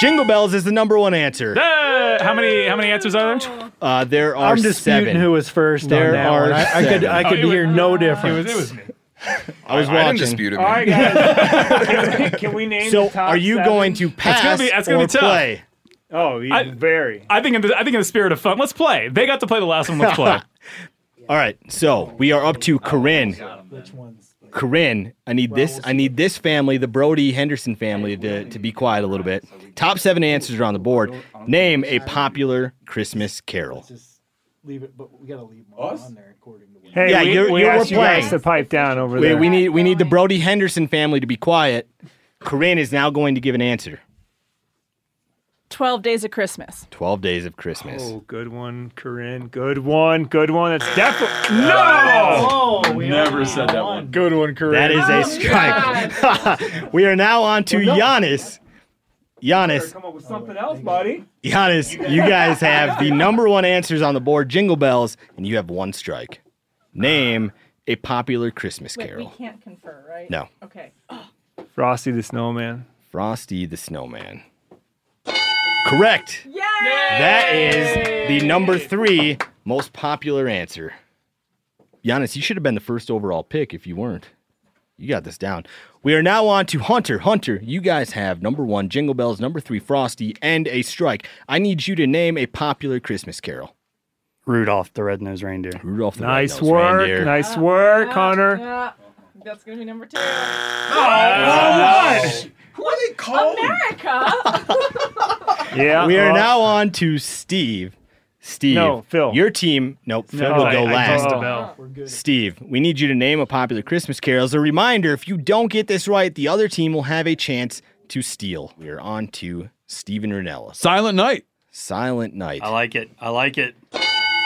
jingle bells is the number one answer. Uh, how many how many answers are there? Uh, there are I'm disputing seven. who was first There on that are one. I- I could- seven. I could Oh, it hear was- no It difference. was, it was me. I was I- I watching. didn't dispute it, All right, man. Can, we name So the top are you seven? going to That's gonna be- that's gonna be tough. Oh, you, very. I think in the, I think in the spirit of fun, let's play. They got to play the last one. Let's play. All right, so we are up to Corinne. Corinne, I need this. I need this family, the Brody Henderson family, to, to be quiet a little bit. Top seven answers are on the board. Name a popular Christmas carol. Leave it, but we gotta leave Us? on there according to Hey, yeah, we, you're, we you're asked you playing. guys to pipe down over Wait, there. we need we need the Brody Henderson family to be quiet. Corinne is now going to give an answer. Twelve Days of Christmas. Twelve days of Christmas. Oh, good one, Corinne. Good one. Good one. That's definitely no. Oh, Never said that one. Good one, Corinne. That is a strike. we are now on to Giannis. Giannis, Come up with something else, buddy. Giannis, you guys have the number one answers on the board, Jingle Bells, and you have one strike. Name a popular Christmas Wait, we carol. can't confer, right? No. Okay. Frosty the Snowman. Frosty the Snowman. Correct. That is the number three most popular answer. Giannis, you should have been the first overall pick if you weren't. You got this down. We are now on to Hunter. Hunter, you guys have number one Jingle Bells, number three Frosty, and a strike. I need you to name a popular Christmas carol. Rudolph the Red-Nosed Reindeer. Rudolph the Nice Red-Nosed work. Reindeer. Nice Ah, work, Connor. Yeah. Uh, That's gonna be number two. Oh, what? Who are they called? America. Yeah. We are well- now on to Steve. Steve. No, Phil. Your team. Nope, Phil No, will I- go I last. tossed a bell. Oh, We're good. Steve, we need you to name a popular Christmas carol. As a reminder, if you don't get this right, the other team will have a chance to steal. We are on to Steven Ranella. Silent Night. Silent Night. I like it. I like it.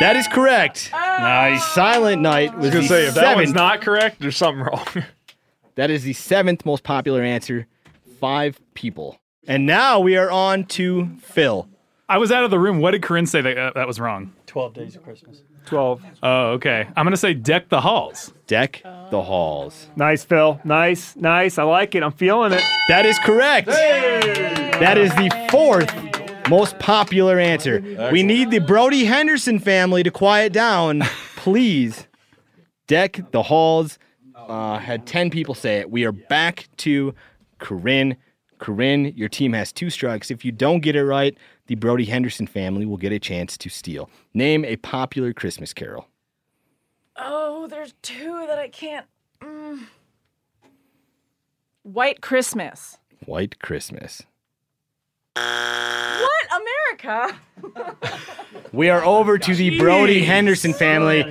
That is correct. Nice. Silent Night was I was the gonna say if that seventh. one's not correct, there's something wrong. that is the seventh most popular answer. Five people. And now we are on to Phil. I was out of the room. What did Corinne say that uh, that was wrong? Twelve days of Christmas. Twelve. Oh, okay. I'm gonna say deck the halls. Deck the halls. Nice, Phil. Nice, nice. I like it. I'm feeling it. That is correct. That is the fourth most popular answer. We need the Brody Henderson family to quiet down, please. Deck the halls. Uh, had 10 people say it. We are back to Corinne. Corinne, your team has two strikes. If you don't get it right, the Brody Henderson family will get a chance to steal. Name a popular Christmas carol. oh, there's two that I can't. Mm. White Christmas. White Christmas. What America? We are over to the Brody Henderson family.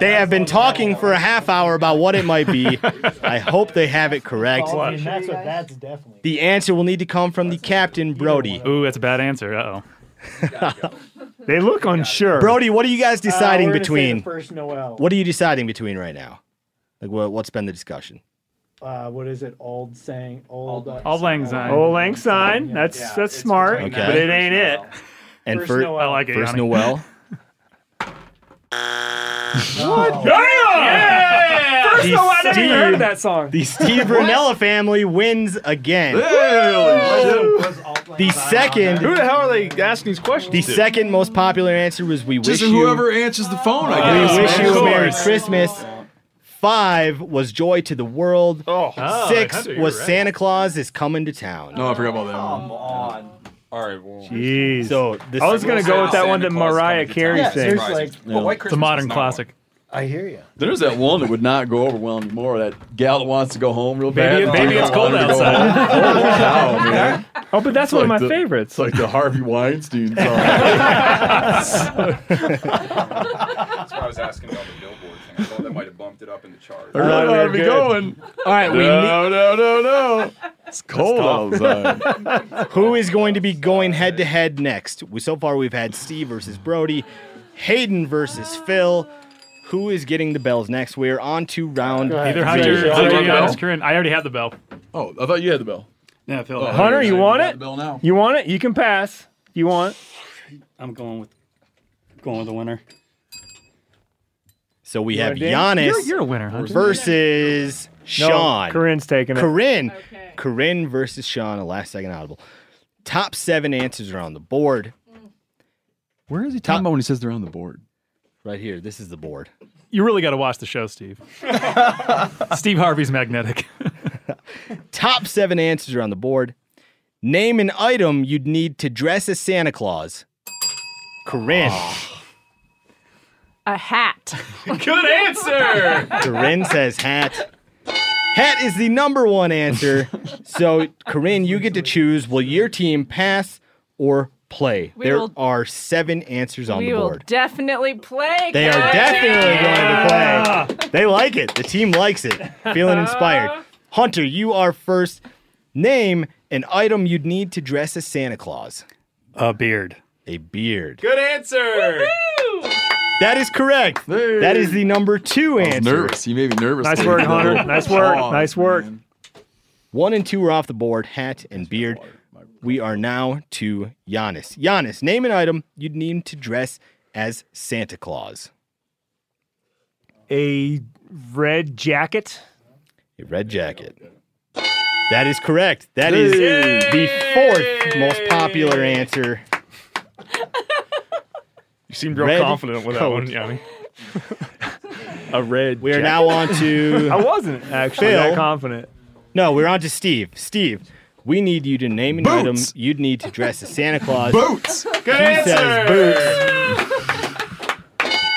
they have been talking for a half hour about what it might be. I hope they have it correct. I mean, that's what that's definitely. The answer will need to come from the captain, Brody. Ooh, that's a bad answer. Uh oh. they look unsure. Brody, what are you guys Uh, deciding we're gonna say between? the first Noel. What are you deciding between right now? Like, what, what's been the discussion? Uh, what is it? Old saying. Old. uh, Auld Lang Syne. Old Lang Syne. That's that's smart, between but that it and ain't it. And First fir- Noel. I like it, First Yanni. Noel. What? Yeah! Oh. First The Noel, I never even heard Steve- of that song. The Steve Ranella family wins again. The second. Who the hell are they asking these questions? The to? second most popular answer was "We Just wish whoever you." answers the Oh phone, We I guess. wish man. you Of a Merry course. Christmas. Five was "Joy to the World." Oh, Six Heather, you're was right. "Santa Claus is Coming to Town." No, I forgot about that one. Come on. All right. Well, Jeez. Oh, So this I was gonna go with that one that Santa Claus Mariah coming to Carey town. sang. Yeah, there's like- Well, White Christmas is not I hear you. There's that one that would not go over well anymore. That gal that wants to go home real Baby- bad. baby, it's cold outside. Oh, but that's one of my favorites. It's like the Harvey Weinstein song. That's why I was asking about the billboard thing. I thought that might have bumped it up in the charts. I really ought to be going. All right, we no, need- no, no, no. It's cold outside. Who is going to be going head to head next? We, so far, we've had Steve versus Brody, Hayden versus Phil. Who is getting the bells next? We are on to round. Either Hunter or Giannis Corinne. I already have the bell. Oh, I thought you had the bell. Yeah, Phil. Hunter, you want it? You want it? You can pass. You want? I'm going with going with the winner. So we You have wanna dance? Giannis You're- you're a winner, Hunter. versus No, Sean. Corinne's taking it. Corinne. Corinne versus Sean, a last second audible. Top seven answers are on the board. Where is he talking about when he says they're on the board? Right here. This is the board. You really got to watch the show, Steve. Steve Harvey's magnetic. Top seven answers are on the board. Name an item you'd need to dress as Santa Claus. Corinne. Oh. A hat. Good answer. Corinne says hat. Hat is the number one answer. So, Corinne, you get to choose will your team pass or play? We there will- are seven answers on we the will board. definitely play. They are Captain. definitely going to play. They like it. The team likes it. Feeling inspired. Hunter, you are first. Name an item you'd need to dress as Santa Claus. A beard. A beard. Good answer. That is correct. That is the number two I was answer. nervous. You made me nervous. Oh, Nice there. work, Hunter. Nice work. Nice work. One and two are off the board. Hat and beard. We are now to Giannis. Giannis, name an item you'd need to dress as Santa Claus. A red jacket. A red jacket. That is correct. That is the fourth most popular answer. You seemed real Red confident with that coat. one, Yanni. A red. We are now on to. I wasn't actually Phil. that confident. No, we're on to Steve. Steve, we need you to name an item Boots. you'd need to dress as Santa Claus. Boots. He says boots.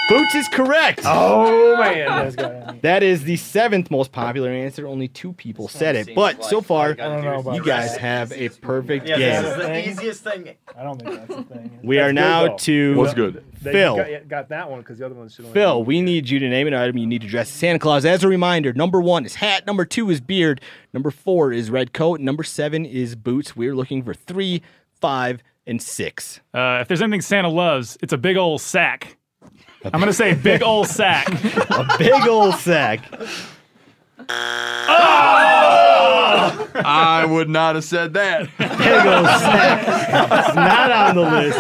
Boots is correct. Oh man. That is the seventh most popular answer. Only two people said it, but so far, you guys have a perfect Yeah, this is game. the easiest thing. I don't think that's a thing. We are now to They Phil. Got, got that one because the other one's only Phil, we need you to name an item you need to dress as Santa Claus. As a reminder, number one is hat, number two is beard, number four is red coat, number seven is boots. We're looking for three, five, and six. Uh, if there's anything Santa loves, it's a big old sack. I'm going to say big old sack. a big old sack. Ah! I would not have said that. It's not on the list.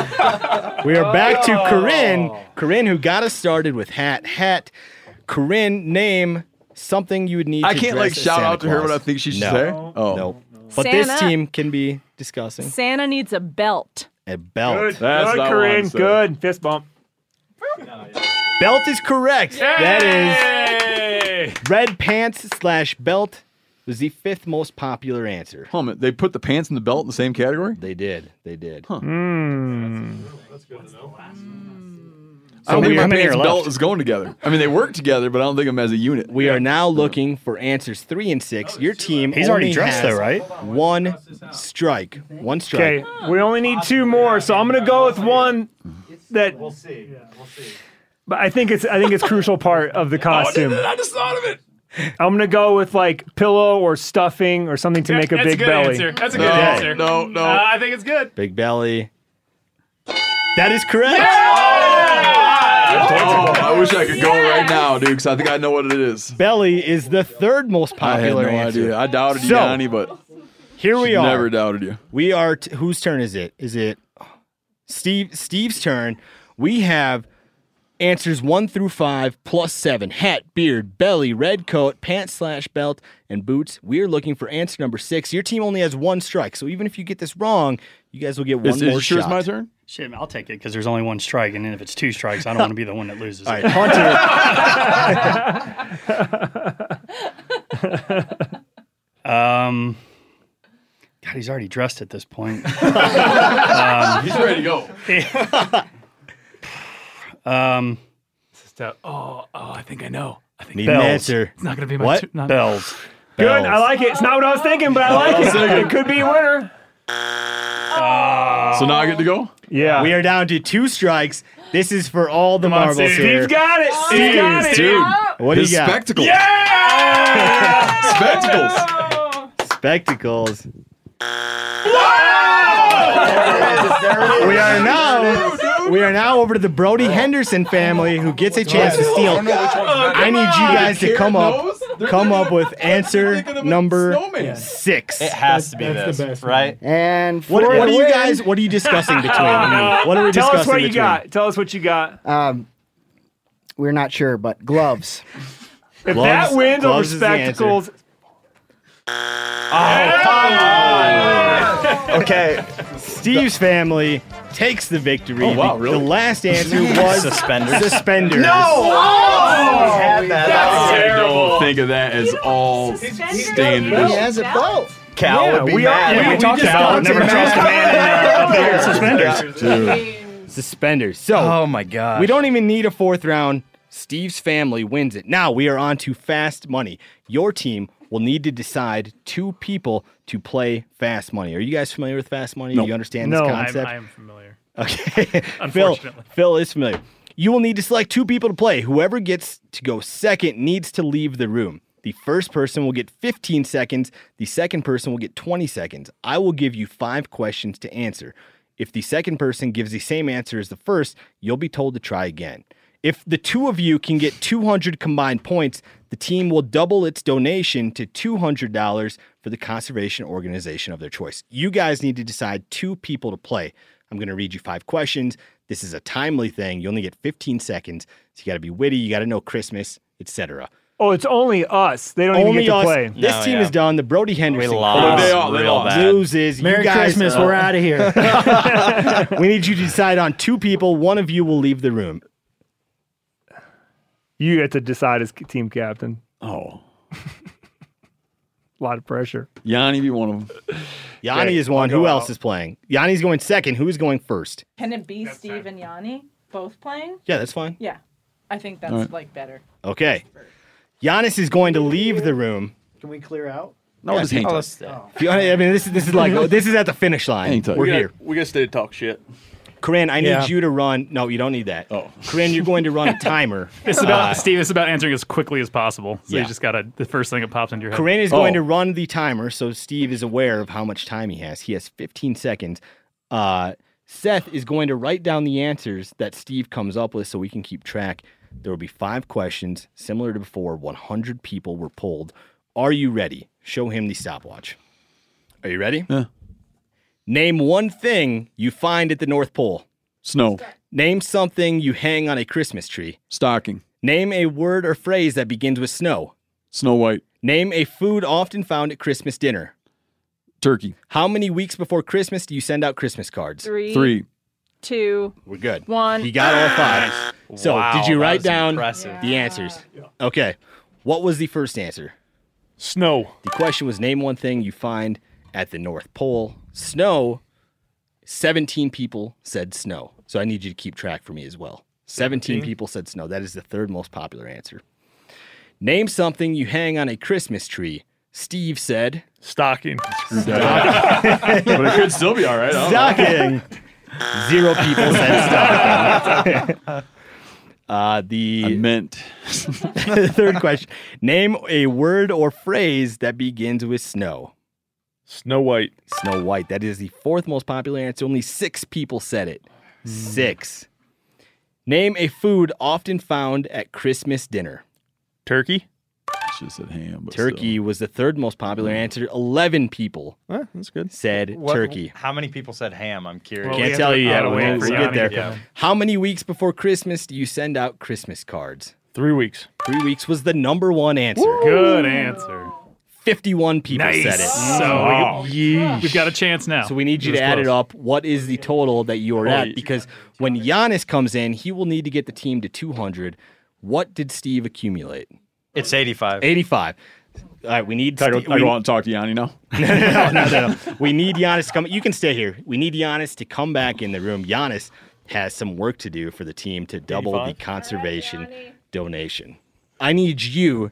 We are back to Corinne. Corinne, who got us started with hat, hat. Corinne, name something you would need. I to can't dress like as shout Santa out to her Claus. what I think she should no. say. Oh, no. But this Santa. team can be discussing Santa needs a belt. a belt. Good. That's Good, not what I'm Corinne. saying. Good. Fist bump. Belt is correct. That is red pants slash belt was the fifth most popular answer. Hold on a minute, They put the pants and the belt in the same category? They did. They did. Huh. Hmm. Hmm. I So don't we think are- my how many pants are and belt left? is going together. I mean, they work together, but I don't think them as a unit. We are now looking for answers three and six. Your team He's already only dressed, has though, right? One strike. One strike. Okay, we only need two more, so I'm gonna go with one that. We'll see. But I think it's I think it's crucial part of the Oh, costume. I just thought of it. I'm gonna go with like pillow or stuffing or something to make a That's big good belly. Answer. That's a good No, answer. no, no. Uh, I think it's good. Big belly. That is correct. Uh, Oh, I wish I could go right now, dude, because I think I know what it is. Belly is the third most I had popular no answer. idea. I doubted you, So, Yanni, but Here we should are. Never doubted you. We are. T- whose turn is it? Is it Steve? Steve's turn. We have answers one through five plus seven. Hat, beard, belly, red coat, pants slash belt, and boots. We're looking for answer number six. Your team only has one strike, so even if you get this wrong, you guys will get one more shot. turn? Shit, I'll take it because there's only one strike, and then if it's two strikes, I don't want to be the one that loses. All it. right, Hunter. um, God, he's already dressed at this point. He's ready to go. Um, Oh, oh, I think I know. I think Need an answer. It's not gonna be my what? two- not- Bells. Good, Bells. I like it. It's not what I was thinking, but I like it. It could be a winner. So now I get to go? Yeah. We are down to two strikes. This is for all the Come on, marbles Steve. here. Steve's got it. Steve's got it. Dude, what do His you got? spectacles. spectacles. Spectacles. We are now we are now over to the Brody Henderson family who gets a chance to steal. I don't know which one's better. I need you guys to Carrot come up nose? They're come thinking up of- with answer number snowman. six. It has to be Oh, That's the this, right? And What, for what are the you win- guys what are you discussing between you? What are we Tell discussing us what you between? got. Tell us what you got. Um, we're not sure, but gloves. If Gloves- that wins over gloves is the answer. spectacles, Okay. Steve's family takes the victory. Oh, wow, The- really? The last answer was Suspenders. Suspenders. Oh, we had I that. That's don't think of that as all standard. He has a boat. Cal Yeah, would be we mad. are- yeah, we just Cal. talked to Matt. Suspenders. Suspenders. So, Oh my god. we don't even need a fourth round. Steve's family wins it. Now we are on to fast money. Your team will need to decide two people to play fast money. Are you guys familiar with fast money? Do you understand no, this I'm- concept? I am familiar. Okay. Phil, Unfortunately. Phil is familiar. You will need to select two people to play. Whoever gets to go second needs to leave the room. The first person will get 15 seconds. The second person will get 20 seconds. I will give you five questions to answer. If the second person gives the same answer as the first, you'll be told to try again. If the two of you can get 200 combined points, the team will double its donation to $200 for the conservation organization of their choice. You guys need to decide two people to play. I'm going to read you five questions. This is a timely thing. You only get 15 seconds. So you got to be witty, you got to know Christmas, etc. oh, it's only us. They don't even Only get to us. play. This team is done. The Brody Henderson lost family Oh, they real lost. bad. loses. Merry you guys, Christmas. We're out of here. we need you to decide on two people. One of you will leave the room. You get to decide as team captain. Oh. A lot of pressure. Yanni be one of them. Yanni Okay, is one. I'll go Who else out. is playing? Yanni's going second. Who is going first? Can it be Steve and Yanni both playing? Yeah, that's fine. Yeah. I think that's Alright. like better. Okay. Giannis is going to leave the room. Can we clear out? Oh. No, Yeah, just hang hang tight. tight. uh, Oh. I mean, this is this is like this is at the finish line. We're we gotta- here. We gotta stay to talk shit. Corinne, I need Yeah. you to run. No, you don't need that. Oh, Corinne, you're going to run a timer. It's about Uh, Steve. It's about answering as quickly as possible. Yeah. So Oh. you just gotta the first thing that pops into your head. Corinne is Oh. going to run the timer, so Steve is aware of how much time he has. He has 15 seconds. Uh, Seth is going to write down the answers that Steve comes up with so we can keep track. There will be five questions, similar to before. 100 people were polled. Are you ready? Show him the stopwatch. Are you ready? Yeah. Name one thing you find at the North Pole. Snow. Name something you hang on a Christmas tree. Stocking. Name a word or phrase that begins with snow. Snow White. Name a food often found at Christmas dinner. Turkey. How many weeks before Christmas do you send out Christmas cards? Three, Three. two, We're good. one. He got all five. So, Wow, did you that write was down impressive. the answers? Okay. What was the first answer? Snow. The question was name one thing you find at the North Pole. Snow. 17 people said snow. So, I need you to keep track for me as well. 17, Seventeen. people said snow. That is the third most popular answer. Name something you hang on a Christmas tree. Steve said stocking. but it could still be all right. I don't know. Stocking. Zero people said stocking. Uh, the mint. third question: Name a word or phrase that begins with snow. Snow White. Snow White. That is the fourth most popular answer. Only six people said it. Six. Name a food often found at Christmas dinner. Turkey. She said ham. turkey was the third most popular answer. Eleven people. that's good. Said What- turkey. How many people said ham? I'm curious. Can't tell you yet. Oh, We'll yeah. get there. Yeah. How many weeks before Christmas do you send out Christmas cards? Three weeks. Three weeks was the number one answer. Good answer. 51 people Nice. said it. So, yeesh. we've got a chance now. So we need you It was to add it close. up. What is the total that you are Oh, at? yeah. Because when Giannis comes in, he will need to get the team to 200. What did Steve accumulate? It's 85. 85. All right, we need. Can I go- Steve- I we- go out and talk to Yanni now? no, no, no. We need Giannis to come. You can stay here. We need Giannis to come back in the room. Giannis has some work to do for the team to double the 85? conservation donation. I need you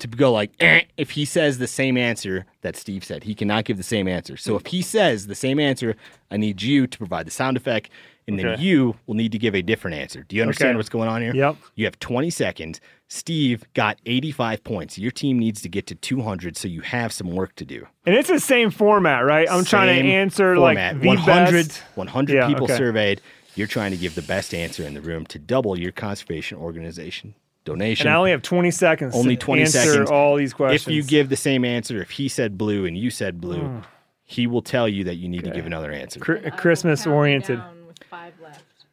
to go like eh, if he says the same answer that Steve said. He cannot give the same answer. Hmm. So if he says the same answer, I need you to provide the sound effect, and then Okay. you will need to give a different answer. Do you understand Okay. what's going on here? Yep. You have 20 seconds. Steve got 85 points. Your team needs to get to 200, so you have some work to do. And it's the same format, right? I'm trying Same to answer format. like the 100, best. 100 Yeah, people okay. surveyed. You're trying to give the best answer in the room to double your conservation organization donation. And I only have 20 seconds. Only to 20 answer seconds. all these questions. If you give the same answer, if he said blue and you said blue, Mm. he will tell you that you need to give another answer. Christmas oriented.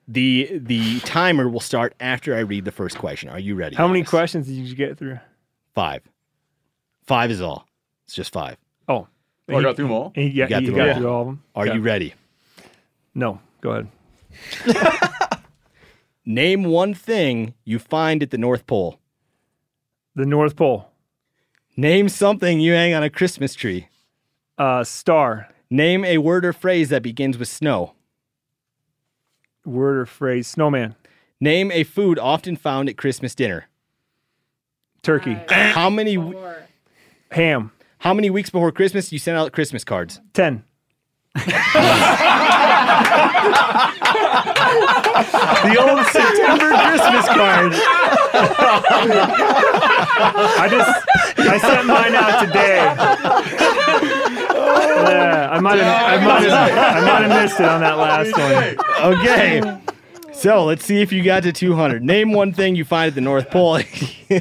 The the timer will start after I read the first question. Are you ready? How many questions did you get through? Five. Five is all. It's just five. Oh, Oh, I got through 'em all? He, You got, got you through got all. through all of them. Are you ready? No. Go ahead. Name one thing you find at the North Pole. The North Pole. Name something you hang on a Christmas tree. Uh, star. Name a word or phrase that begins with snow. Word or phrase? Snowman. Name a food often found at Christmas dinner. Turkey. How many? w- Ham. How many weeks before Christmas do you send out Christmas cards? Ten. the old September Christmas card. I just I sent mine out today. Yeah, I might have I might have I might have missed it on that last one. Okay. So let's see if you got to 200. Name one thing you find at the North Pole. Oh,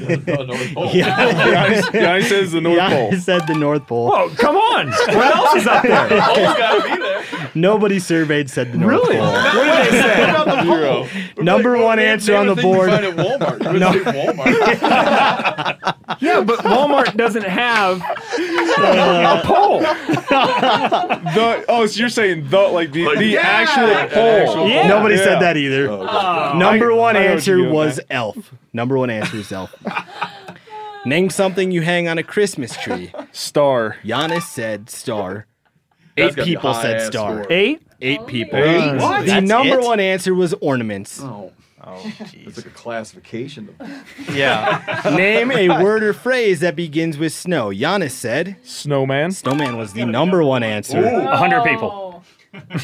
Giannis- Giannis says the North Pole. Giannis said the North Pole. Whoa, come on! What else is up there? Nobody surveyed said the North Pole. What did they say? Zero. Number one answer on the board. No. Yeah, but Walmart doesn't have Uh, a pole. The, oh, so you're saying the like the, the Yeah. actual Oh, poll? Nobody Yeah. said that either. Oh. Number I- one I know what answer you mean, was okay. elf. Number one answer is elf. Name something you hang on a Christmas tree. Star. Giannis said star. That's Eight gotta be a people said high-ass star. score. Eight? Eight people. Eight? What? The That's number it? one answer was ornaments. Oh, it's like a classification. Of- Yeah. Name a word or phrase that begins with snow. Giannis said snowman. Snowman was the number one answer. Ooh. 100 people.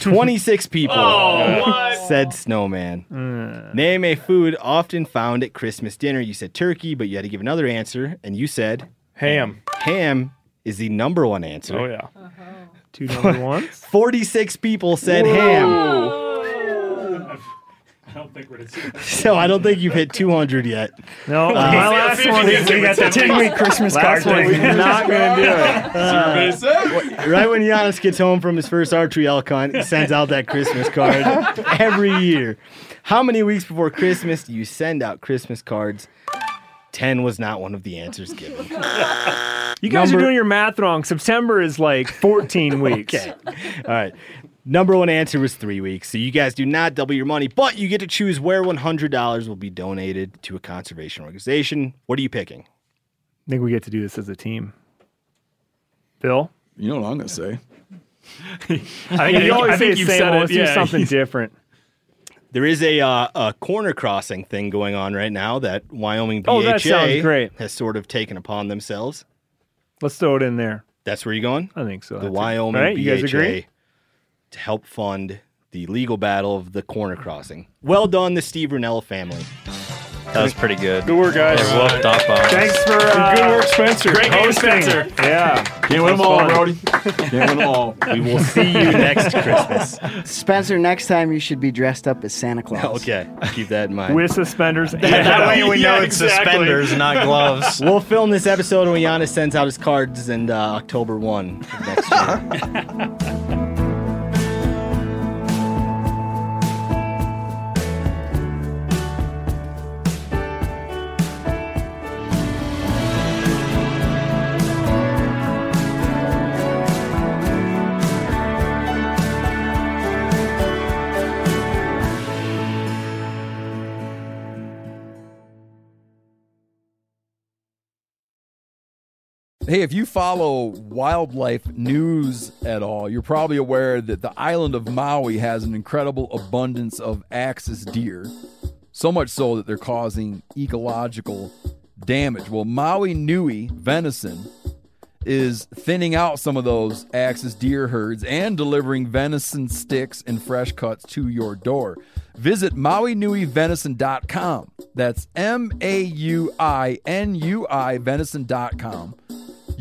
26 people Oh, what? said snowman. Name a food often found at Christmas dinner. You said turkey, but you had to give another answer, and you said ham. Ham is the number one answer. Oh, yeah. Two number ones. 46 people said ham. I don't think we're going to So I don't think you've hit 200 yet. Uh, No, my last one is we got that ten-week Christmas last card one thing. is not gonna do it. right when Giannis gets home from his first archery elk hunt, he sends out that Christmas card every year. How many weeks before Christmas do you send out Christmas cards? Ten was not one of the answers given. You guys Number- are doing your math wrong. September is like 14 weeks. Okay. All right. Number one answer was three weeks. So you guys do not double your money, but you get to choose where $100 will be donated to a conservation organization. What are you picking? I think we get to do this as a team. Bill? You know what I'm going to say. I think you always say the same. Let's do something different. There is a, uh, a corner crossing thing going on right now that Wyoming BHA Oh, that sounds great. has sort of taken upon themselves. Let's throw it in there. That's where you're going? I think so. The Wyoming Right, you BHA guys agree? to help fund the legal battle of the corner crossing. Well done, the Steve Rennell family. That was pretty good. Good work, guys. They whooped up on us. Thanks for uh, Good work, Spencer. Great game, Hosting. Spencer. Yeah, Can't win them all, Brody. Can't win them all. We will see you next Christmas. Spencer, next time you should be dressed up as Santa Claus. Okay, keep that in mind. with suspenders. and- That way we Yeah, know it's exactly. suspenders, not gloves. We'll film this episode when Giannis sends out his cards and uh, October 1 of next year. Hey, if you follow wildlife news at all, you're probably aware that the island of Maui has an incredible abundance of axis deer, so much so that they're causing ecological damage. Well, Maui Nui venison is thinning out some of those axis deer herds and delivering venison sticks and fresh cuts to your door. Visit mauinuivenison.com. That's M A U I N U I venison.com.